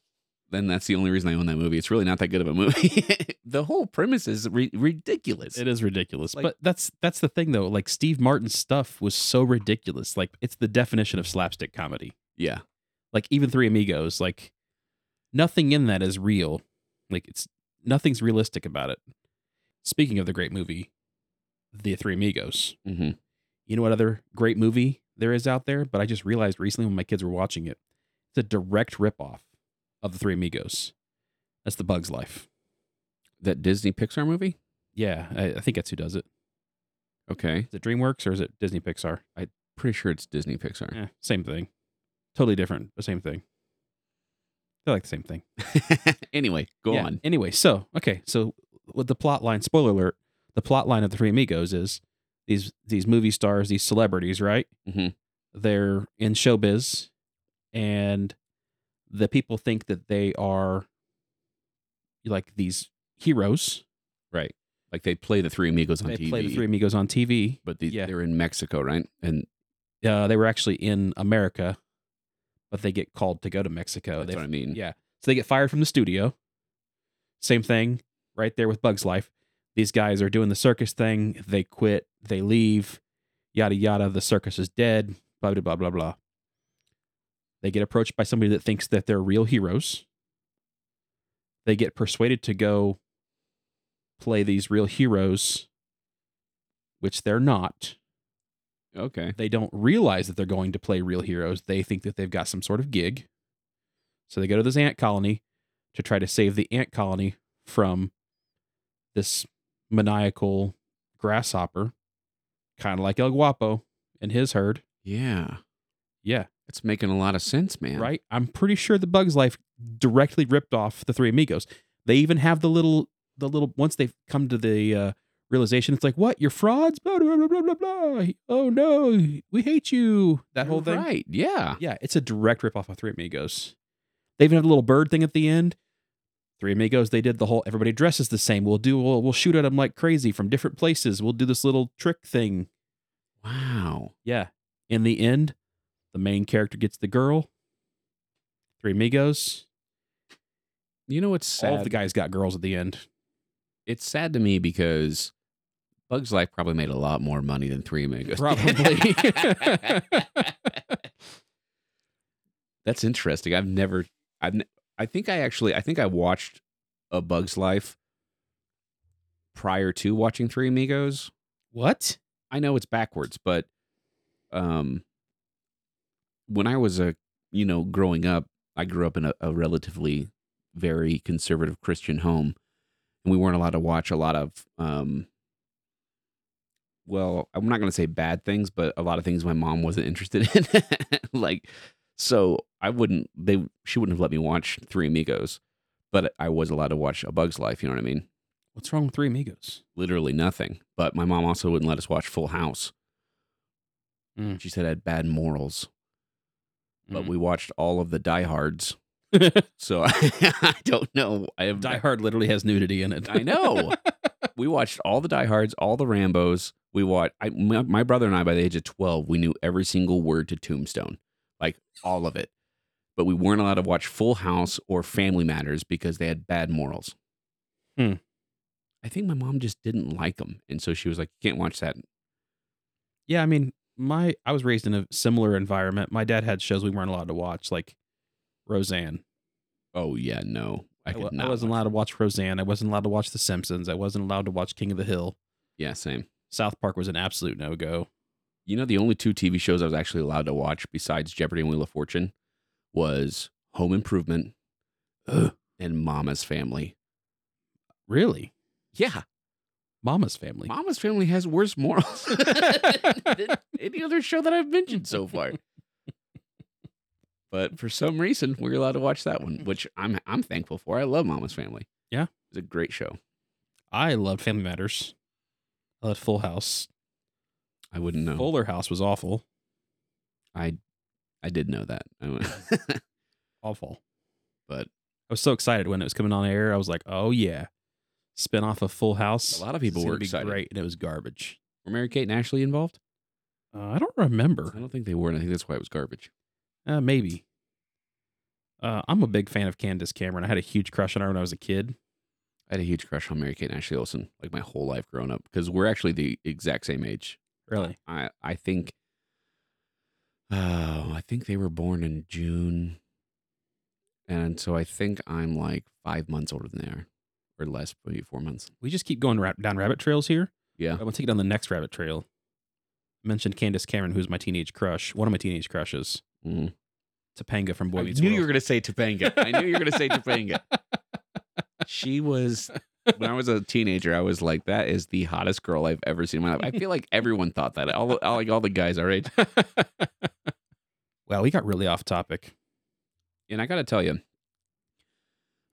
Speaker 1: Then that's the only reason I own that movie. It's really not that good of a movie. the whole premise is ri- ridiculous.
Speaker 2: It is ridiculous.
Speaker 1: Like-
Speaker 2: but that's that's the thing though. Like Steve Martin's stuff was so ridiculous. Like it's the definition of slapstick comedy.
Speaker 1: Yeah.
Speaker 2: like even three amigos like nothing in that is real like it's nothing's realistic about it speaking of the great movie the three amigos
Speaker 1: hmm
Speaker 2: you know what other great movie there is out there but i just realized recently when my kids were watching it it's a direct ripoff of the three amigos that's the bug's life
Speaker 1: That Disney Pixar movie?
Speaker 2: yeah i, I think that's who does it
Speaker 1: Okay.
Speaker 2: is it dreamworks or is it disney pixar
Speaker 1: Pretty sure it's Disney Pixar.
Speaker 2: Eh, same thing totally different but same thing they're like the same thing
Speaker 1: anyway, go
Speaker 2: Yeah.
Speaker 1: on.
Speaker 2: Anyway, so okay, so with the plot line, spoiler alert, the plot line of the Three Amigos is these these movie stars, these celebrities, right?
Speaker 1: Mhm.
Speaker 2: They're in showbiz, and the people think that they are like these heroes.
Speaker 1: Right. Like they play the Three Amigos on
Speaker 2: they
Speaker 1: TV,
Speaker 2: play the Three Amigos on TV.
Speaker 1: but the,
Speaker 2: Yeah.
Speaker 1: they're in Mexico, right? And
Speaker 2: Uh, they were actually in America, but they get called to go to Mexico.
Speaker 1: that's
Speaker 2: They-
Speaker 1: what I mean.
Speaker 2: Oh, Yeah. So they get fired from the studio. Same thing right there with Bugs Life. These guys are doing the circus thing. They quit. They leave. Yada, yada. The circus is dead. Blah, blah, blah, blah, blah. They get approached by somebody that thinks that they're real heroes. They get persuaded to go play these real heroes, which they're not.
Speaker 1: Okay.
Speaker 2: They don't realize that they're going to play real heroes. They think that they've got some sort of gig. So they go to this ant colony to try to save the ant colony from this maniacal grasshopper, kind of like El Guapo and his herd.
Speaker 1: Yeah.
Speaker 2: Yeah,
Speaker 1: It's making a lot of sense, man.
Speaker 2: right? I'm pretty sure the Bugs Life directly ripped off the Three Amigos. They even have the little, the little, once they've come to the uh, realization, it's like, what? You're frauds? Blah, blah, blah, blah, blah, blah. Oh, no. We hate you. That whole thing.
Speaker 1: Right. Yeah.
Speaker 2: Yeah, it's a direct ripoff of Three Amigos. They even have a little bird thing at the end. Three Amigos, they did the whole everybody dresses the same. We'll do we'll, we'll shoot at them like crazy from different places. We'll do this little trick thing.
Speaker 1: Wow.
Speaker 2: Yeah. In the end, the main character gets the girl. Three Amigos.
Speaker 1: You know what's
Speaker 2: All
Speaker 1: sad?
Speaker 2: of the guys got girls at the end.
Speaker 1: it's sad to me because Bugs Life probably made a lot more money than Three Amigos.
Speaker 2: Probably.
Speaker 1: That's interesting. I've never. I've. Ne- I think I actually. I think I watched a Bugs Life prior to watching Three Amigos.
Speaker 2: What?
Speaker 1: I know it's backwards, but um, when I was a you know growing up, I grew up in a, a relatively very conservative Christian home, and we weren't allowed to watch a lot of um. Well, I'm not going to say bad things, but a lot of things my mom wasn't interested in, like so I wouldn't they she wouldn't have let me watch Three Amigos, but I was allowed to watch A Bug's Life. You know what I mean?
Speaker 2: What's wrong with Three Amigos?
Speaker 1: literally nothing. But my mom also wouldn't let us watch Full House.
Speaker 2: Mm.
Speaker 1: She said I had bad morals. But
Speaker 2: Mm.
Speaker 1: we watched all of the diehards. so I, don't know. I have
Speaker 2: Die Hard literally has nudity in it.
Speaker 1: I know. we watched all the diehards, all the Rambos. We watched I, my, my brother and I by the age of 12, we knew every single word to Tombstone. Like all of it. But we weren't allowed to watch Full House or Family Matters because they had bad morals.
Speaker 2: Hmm.
Speaker 1: I think my mom just didn't like them. And so she was like, you can't watch that.
Speaker 2: Yeah, I mean, my I was raised in a similar environment. My dad had shows we weren't allowed to watch, like Roseanne.
Speaker 1: Oh yeah, no, I
Speaker 2: I,
Speaker 1: could
Speaker 2: wa- I
Speaker 1: not.
Speaker 2: wasn't allowed to watch Roseanne. I wasn't allowed to watch The Simpsons. I wasn't allowed to watch King of the Hill.
Speaker 1: Yeah, same.
Speaker 2: South Park was an absolute no go.
Speaker 1: You know, the only two TV shows I was actually allowed to watch besides Jeopardy and Wheel of Fortune was Home Improvement ugh, and Mama's Family.
Speaker 2: Really,
Speaker 1: Yeah,
Speaker 2: Mama's Family.
Speaker 1: Mama's Family has worse morals than any other show that I've mentioned so far. But for some reason, we were allowed to watch that one, which I'm I'm thankful for. I love Mama's Family.
Speaker 2: Yeah.
Speaker 1: it's a great show.
Speaker 2: I loved Family Matters. I loved Full House.
Speaker 1: I wouldn't know.
Speaker 2: Fuller House was awful.
Speaker 1: I I did know that. I went-
Speaker 2: Awful.
Speaker 1: but
Speaker 2: I was so excited when it was coming on air. I was like, oh yeah. Spin off of Full House.
Speaker 1: A lot of people
Speaker 2: This is
Speaker 1: were
Speaker 2: gonna be
Speaker 1: excited.
Speaker 2: Great, and it was garbage.
Speaker 1: were Mary Kate and Ashley involved?
Speaker 2: Uh, I don't remember.
Speaker 1: I don't think they were, and I think that's why it was garbage.
Speaker 2: Uh, maybe. Uh, I'm a big fan of Candace Cameron. I had a huge crush on her when I was a kid.
Speaker 1: I had a huge crush on Mary Kate and Ashley Olsen like my whole life growing up because we're actually the exact same age.
Speaker 2: Really?
Speaker 1: I I think. Oh, I think they were born in June, and so I think I'm like five months older than they are, or less, maybe four months.
Speaker 2: We just keep going ra- down rabbit trails here.
Speaker 1: Yeah.
Speaker 2: I'm going to take it down the next rabbit trail. I mentioned Candace Cameron, who's my teenage crush, one of my teenage crushes,
Speaker 1: Mm.
Speaker 2: Topanga from Boy
Speaker 1: I
Speaker 2: Meets
Speaker 1: knew
Speaker 2: World.
Speaker 1: you were gonna say Topanga. I knew you were gonna say Topanga. She was when I was a teenager. I was like, that is the hottest girl I've ever seen in my life. I feel like everyone thought that. All, all like all the guys our age.
Speaker 2: well, we got really off topic.
Speaker 1: And I got to tell you,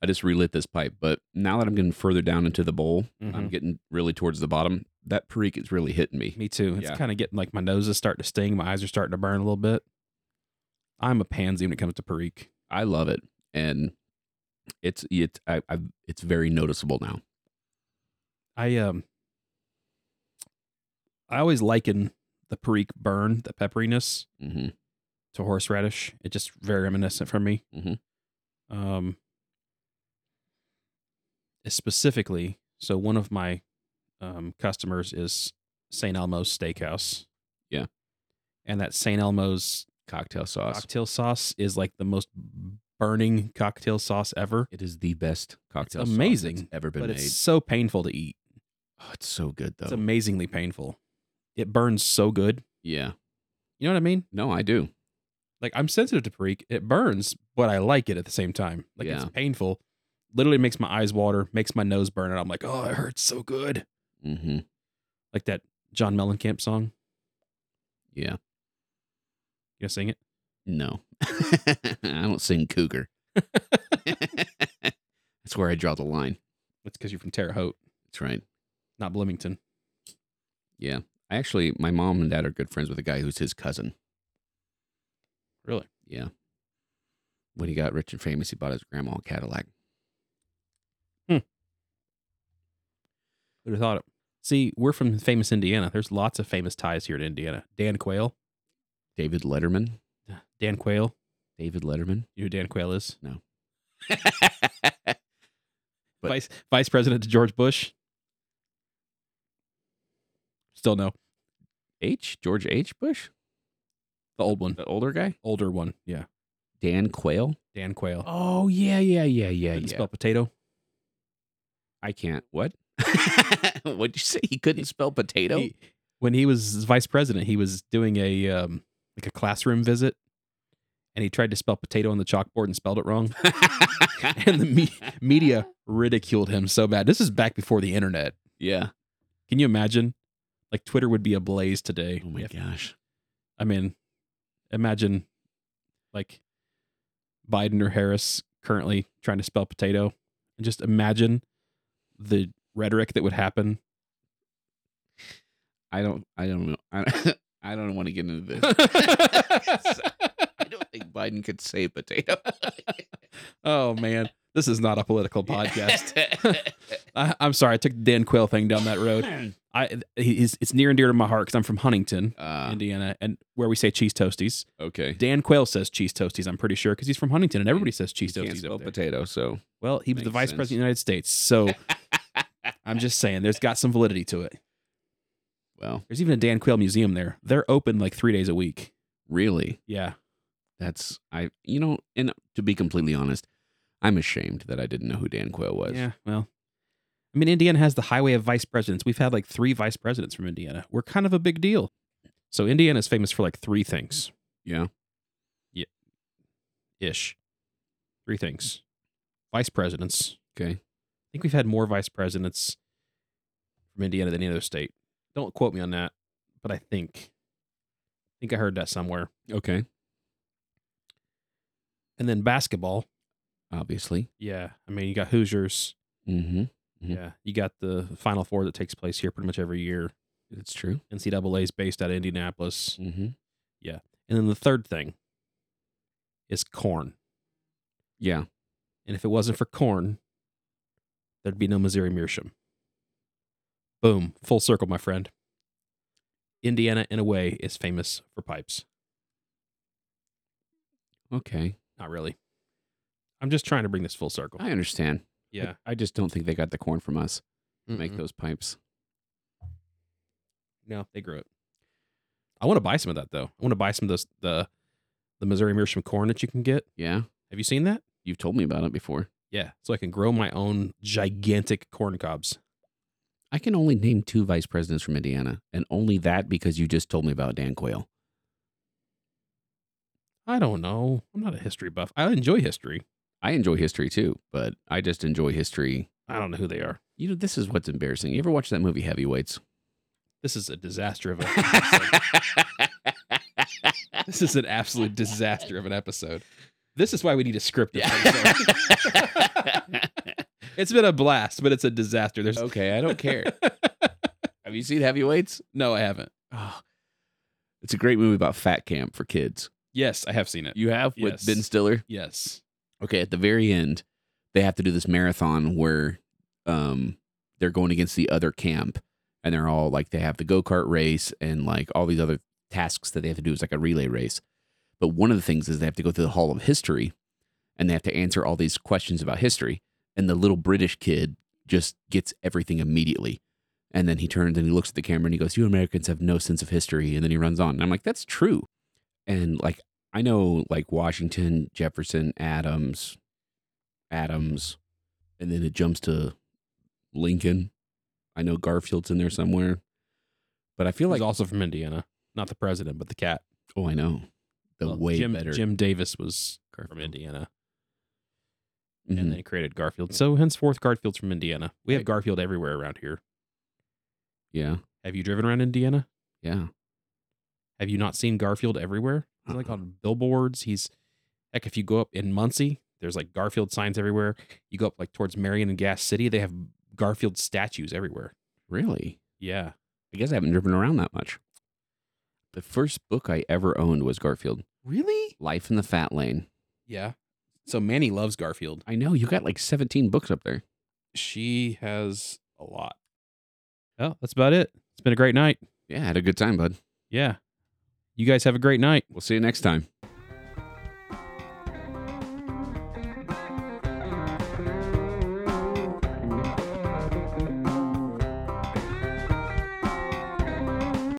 Speaker 1: I just relit this pipe, but now that I'm getting further down into the bowl, I'm
Speaker 2: Mhm.
Speaker 1: getting really towards the bottom. That perique is really hitting me.
Speaker 2: Me too. It's
Speaker 1: Yeah.
Speaker 2: kind of getting like my nose is starting to sting. My eyes are starting to burn a little bit. I'm a pansy when it comes to Perique.
Speaker 1: I love it, and it's it's I, I it's very noticeable now.
Speaker 2: I um I always liken the Perique burn, the pepperiness,
Speaker 1: hmm
Speaker 2: to horseradish. It's just very reminiscent for me.
Speaker 1: Mhm.
Speaker 2: Um, specifically, so one of my um, customers is St. Elmo's Steakhouse.
Speaker 1: Yeah.
Speaker 2: and that St. Elmo's
Speaker 1: Cocktail sauce.
Speaker 2: cocktail sauce is like the most burning cocktail sauce ever,
Speaker 1: It is the best cocktail. sauce
Speaker 2: amazing,
Speaker 1: that's ever been
Speaker 2: but
Speaker 1: made.
Speaker 2: it's so painful to eat.
Speaker 1: Oh, it's so good though.
Speaker 2: It's amazingly painful. It burns so good.
Speaker 1: Yeah.
Speaker 2: You know what I mean?
Speaker 1: No, I do.
Speaker 2: Like I'm sensitive to Perique. It burns, but I like it at the same time. Like
Speaker 1: Yeah.
Speaker 2: it's painful. Literally makes my eyes water, makes my nose burn, and I'm like, oh, it hurts so good.
Speaker 1: Mm-hmm.
Speaker 2: Like that John Mellencamp song.
Speaker 1: Yeah.
Speaker 2: You gonna sing it?
Speaker 1: No. I don't sing cougar. That's where I draw the line.
Speaker 2: That's because you're from Terre Haute,
Speaker 1: That's right.
Speaker 2: not Bloomington.
Speaker 1: Yeah. I actually, my mom and dad are good friends with a guy who's his cousin.
Speaker 2: Really?
Speaker 1: Yeah. When he got rich and famous, he bought his grandma a Cadillac.
Speaker 2: Who'd have thought it? See, we're from famous Indiana. There's lots of famous ties here in Indiana. Dan Quayle.
Speaker 1: David Letterman.
Speaker 2: Dan Quayle.
Speaker 1: David Letterman.
Speaker 2: You know who Dan Quayle is?
Speaker 1: But-
Speaker 2: Vice Vice President to George Bush. Still no.
Speaker 1: H. George H. Bush,
Speaker 2: The old one.
Speaker 1: the older guy.
Speaker 2: Older one. Yeah.
Speaker 1: Dan Quayle.
Speaker 2: Dan Quayle.
Speaker 1: Oh yeah, yeah, yeah, yeah,
Speaker 2: Couldn't spell potato.
Speaker 1: I can't. What? What'd you say? He couldn't spell potato.
Speaker 2: He- when he was vice president, he was doing a um, like a classroom visit, and he tried to spell potato on the chalkboard and spelled it wrong. and the me- media ridiculed him so bad. This is back before the internet.
Speaker 1: Yeah.
Speaker 2: Can you imagine? Like Twitter would be ablaze today.
Speaker 1: Oh my
Speaker 2: if-
Speaker 1: gosh.
Speaker 2: I mean, imagine like Biden or Harris currently trying to spell potato, and just imagine the rhetoric that would happen.
Speaker 1: I don't. I don't know. I, I don't want to get into this. I don't think Biden could say potato.
Speaker 2: oh man, this is not a political podcast. Uh, I, I'm sorry, I took the Dan Quayle thing down that road. I he's, it's near and dear to my heart because I'm from Huntington,
Speaker 1: uh,
Speaker 2: Indiana, and where we say cheese toasties.
Speaker 1: okay.
Speaker 2: Dan Quayle says cheese toasties. I'm pretty sure because he's from Huntington, and everybody says
Speaker 1: He
Speaker 2: cheese
Speaker 1: can't
Speaker 2: toasties.
Speaker 1: spell
Speaker 2: Up there.
Speaker 1: potato, so
Speaker 2: Well, he was the
Speaker 1: Makes
Speaker 2: vice
Speaker 1: sense.
Speaker 2: president of the United States, so I'm just saying there's got some validity to it.
Speaker 1: well,
Speaker 2: There's even a Dan Quayle museum there. They're open like three days a week.
Speaker 1: really,
Speaker 2: Yeah,
Speaker 1: that's I. You know, and to be completely honest, I'm ashamed that I didn't know who Dan Quayle was.
Speaker 2: yeah. Well, I mean, Indiana has the highway of vice presidents. We've had like three vice presidents from Indiana. We're kind of a big deal. So Indiana's famous for like three things
Speaker 1: Yeah.
Speaker 2: ish. Three things. Vice presidents.
Speaker 1: Okay.
Speaker 2: I think we've had more vice presidents from Indiana than any other state. Don't quote me on that, but I think I think I heard that somewhere.
Speaker 1: Okay.
Speaker 2: And then basketball.
Speaker 1: Obviously.
Speaker 2: Yeah. I mean, you got Hoosiers.
Speaker 1: Mm-hmm. Mhm.
Speaker 2: Yeah. You got the Final Four that takes place here pretty much every year.
Speaker 1: That's true.
Speaker 2: NCAA is based out of Indianapolis.
Speaker 1: Mm-hmm.
Speaker 2: And then the third thing is corn.
Speaker 1: Yeah.
Speaker 2: And if it wasn't for corn, there'd be no Missouri Meerschaum. Boom. Full circle, my friend. Indiana, in a way, is famous for pipes.
Speaker 1: Okay.
Speaker 2: Not really. I'm just trying to bring this full circle.
Speaker 1: I understand.
Speaker 2: yeah.
Speaker 1: I just don't think they got the corn from us. to Make
Speaker 2: Mm-mm.
Speaker 1: those pipes.
Speaker 2: No, they grew it. I want to buy some of that, though. I want to buy some of those, the, the Missouri Meerschaum corn that you can get.
Speaker 1: Yeah.
Speaker 2: Have you seen that?
Speaker 1: You've told me about it before.
Speaker 2: Yeah. So I can grow my own gigantic corn cobs.
Speaker 1: I can only name two vice presidents from Indiana, and only that because you just told me about Dan Quayle.
Speaker 2: I don't know. I'm not a history buff. I enjoy history.
Speaker 1: I enjoy history too, but I just enjoy history.
Speaker 2: I don't know who they are.
Speaker 1: You know, this is what's embarrassing. You ever watch that movie Heavyweights?
Speaker 2: This is a disaster of an episode. this is an absolute disaster of an episode. This is why we need a script. this episode. it's been a blast, but it's a disaster. There's
Speaker 1: okay, I don't care. Have you seen Heavyweights?
Speaker 2: no, I haven't.
Speaker 1: Oh, it's a great movie about fat camp for kids.
Speaker 2: Yes, I have seen it.
Speaker 1: You have with
Speaker 2: Yes.
Speaker 1: Ben Stiller.
Speaker 2: Yes.
Speaker 1: Okay, at the very end, they have to do this marathon where um they're going against the other camp and they're all like they have the go-kart race and like all these other tasks that they have to do is like a relay race. But one of the things is they have to go through the Hall of History and they have to answer all these questions about history and the little British kid just gets everything immediately. And then he turns and he looks at the camera and he goes, "You Americans have no sense of history." And then he runs on. And I'm like, "That's true." And like I know like Washington, Jefferson, Adams, Adams, and then it jumps to Lincoln. I know Garfield's in there somewhere, but I feel
Speaker 2: He's
Speaker 1: like
Speaker 2: also from Indiana. not the president, but the cat.
Speaker 1: Oh, I know. The
Speaker 2: Well,
Speaker 1: way
Speaker 2: Jim,
Speaker 1: better Mm-hmm.
Speaker 2: Jim Davis was from
Speaker 1: Garfield.
Speaker 2: Indiana,
Speaker 1: Mhm.
Speaker 2: and they created Garfield. So henceforth, Garfield's from Indiana. We have
Speaker 1: Right.
Speaker 2: Garfield everywhere around here.
Speaker 1: yeah.
Speaker 2: Have you driven around Indiana?
Speaker 1: Yeah.
Speaker 2: Have you not seen Garfield everywhere? He's like
Speaker 1: Uh-uh.
Speaker 2: on billboards. He's heck. If you go up in Muncie, there's like Garfield signs everywhere. You go up like towards Marion and Gas City, they have Garfield statues everywhere.
Speaker 1: Really?
Speaker 2: Yeah,
Speaker 1: I guess I haven't driven around that much. The first book I ever owned was Garfield
Speaker 2: really?
Speaker 1: Life in the Fat Lane.
Speaker 2: Yeah. So Manny loves Garfield.
Speaker 1: I know you got like 17 books up there.
Speaker 2: She has a lot. Well, that's about it. It's been a great night.
Speaker 1: Yeah, I had a good time, bud.
Speaker 2: Yeah. You guys have a great night.
Speaker 1: We'll see you next time.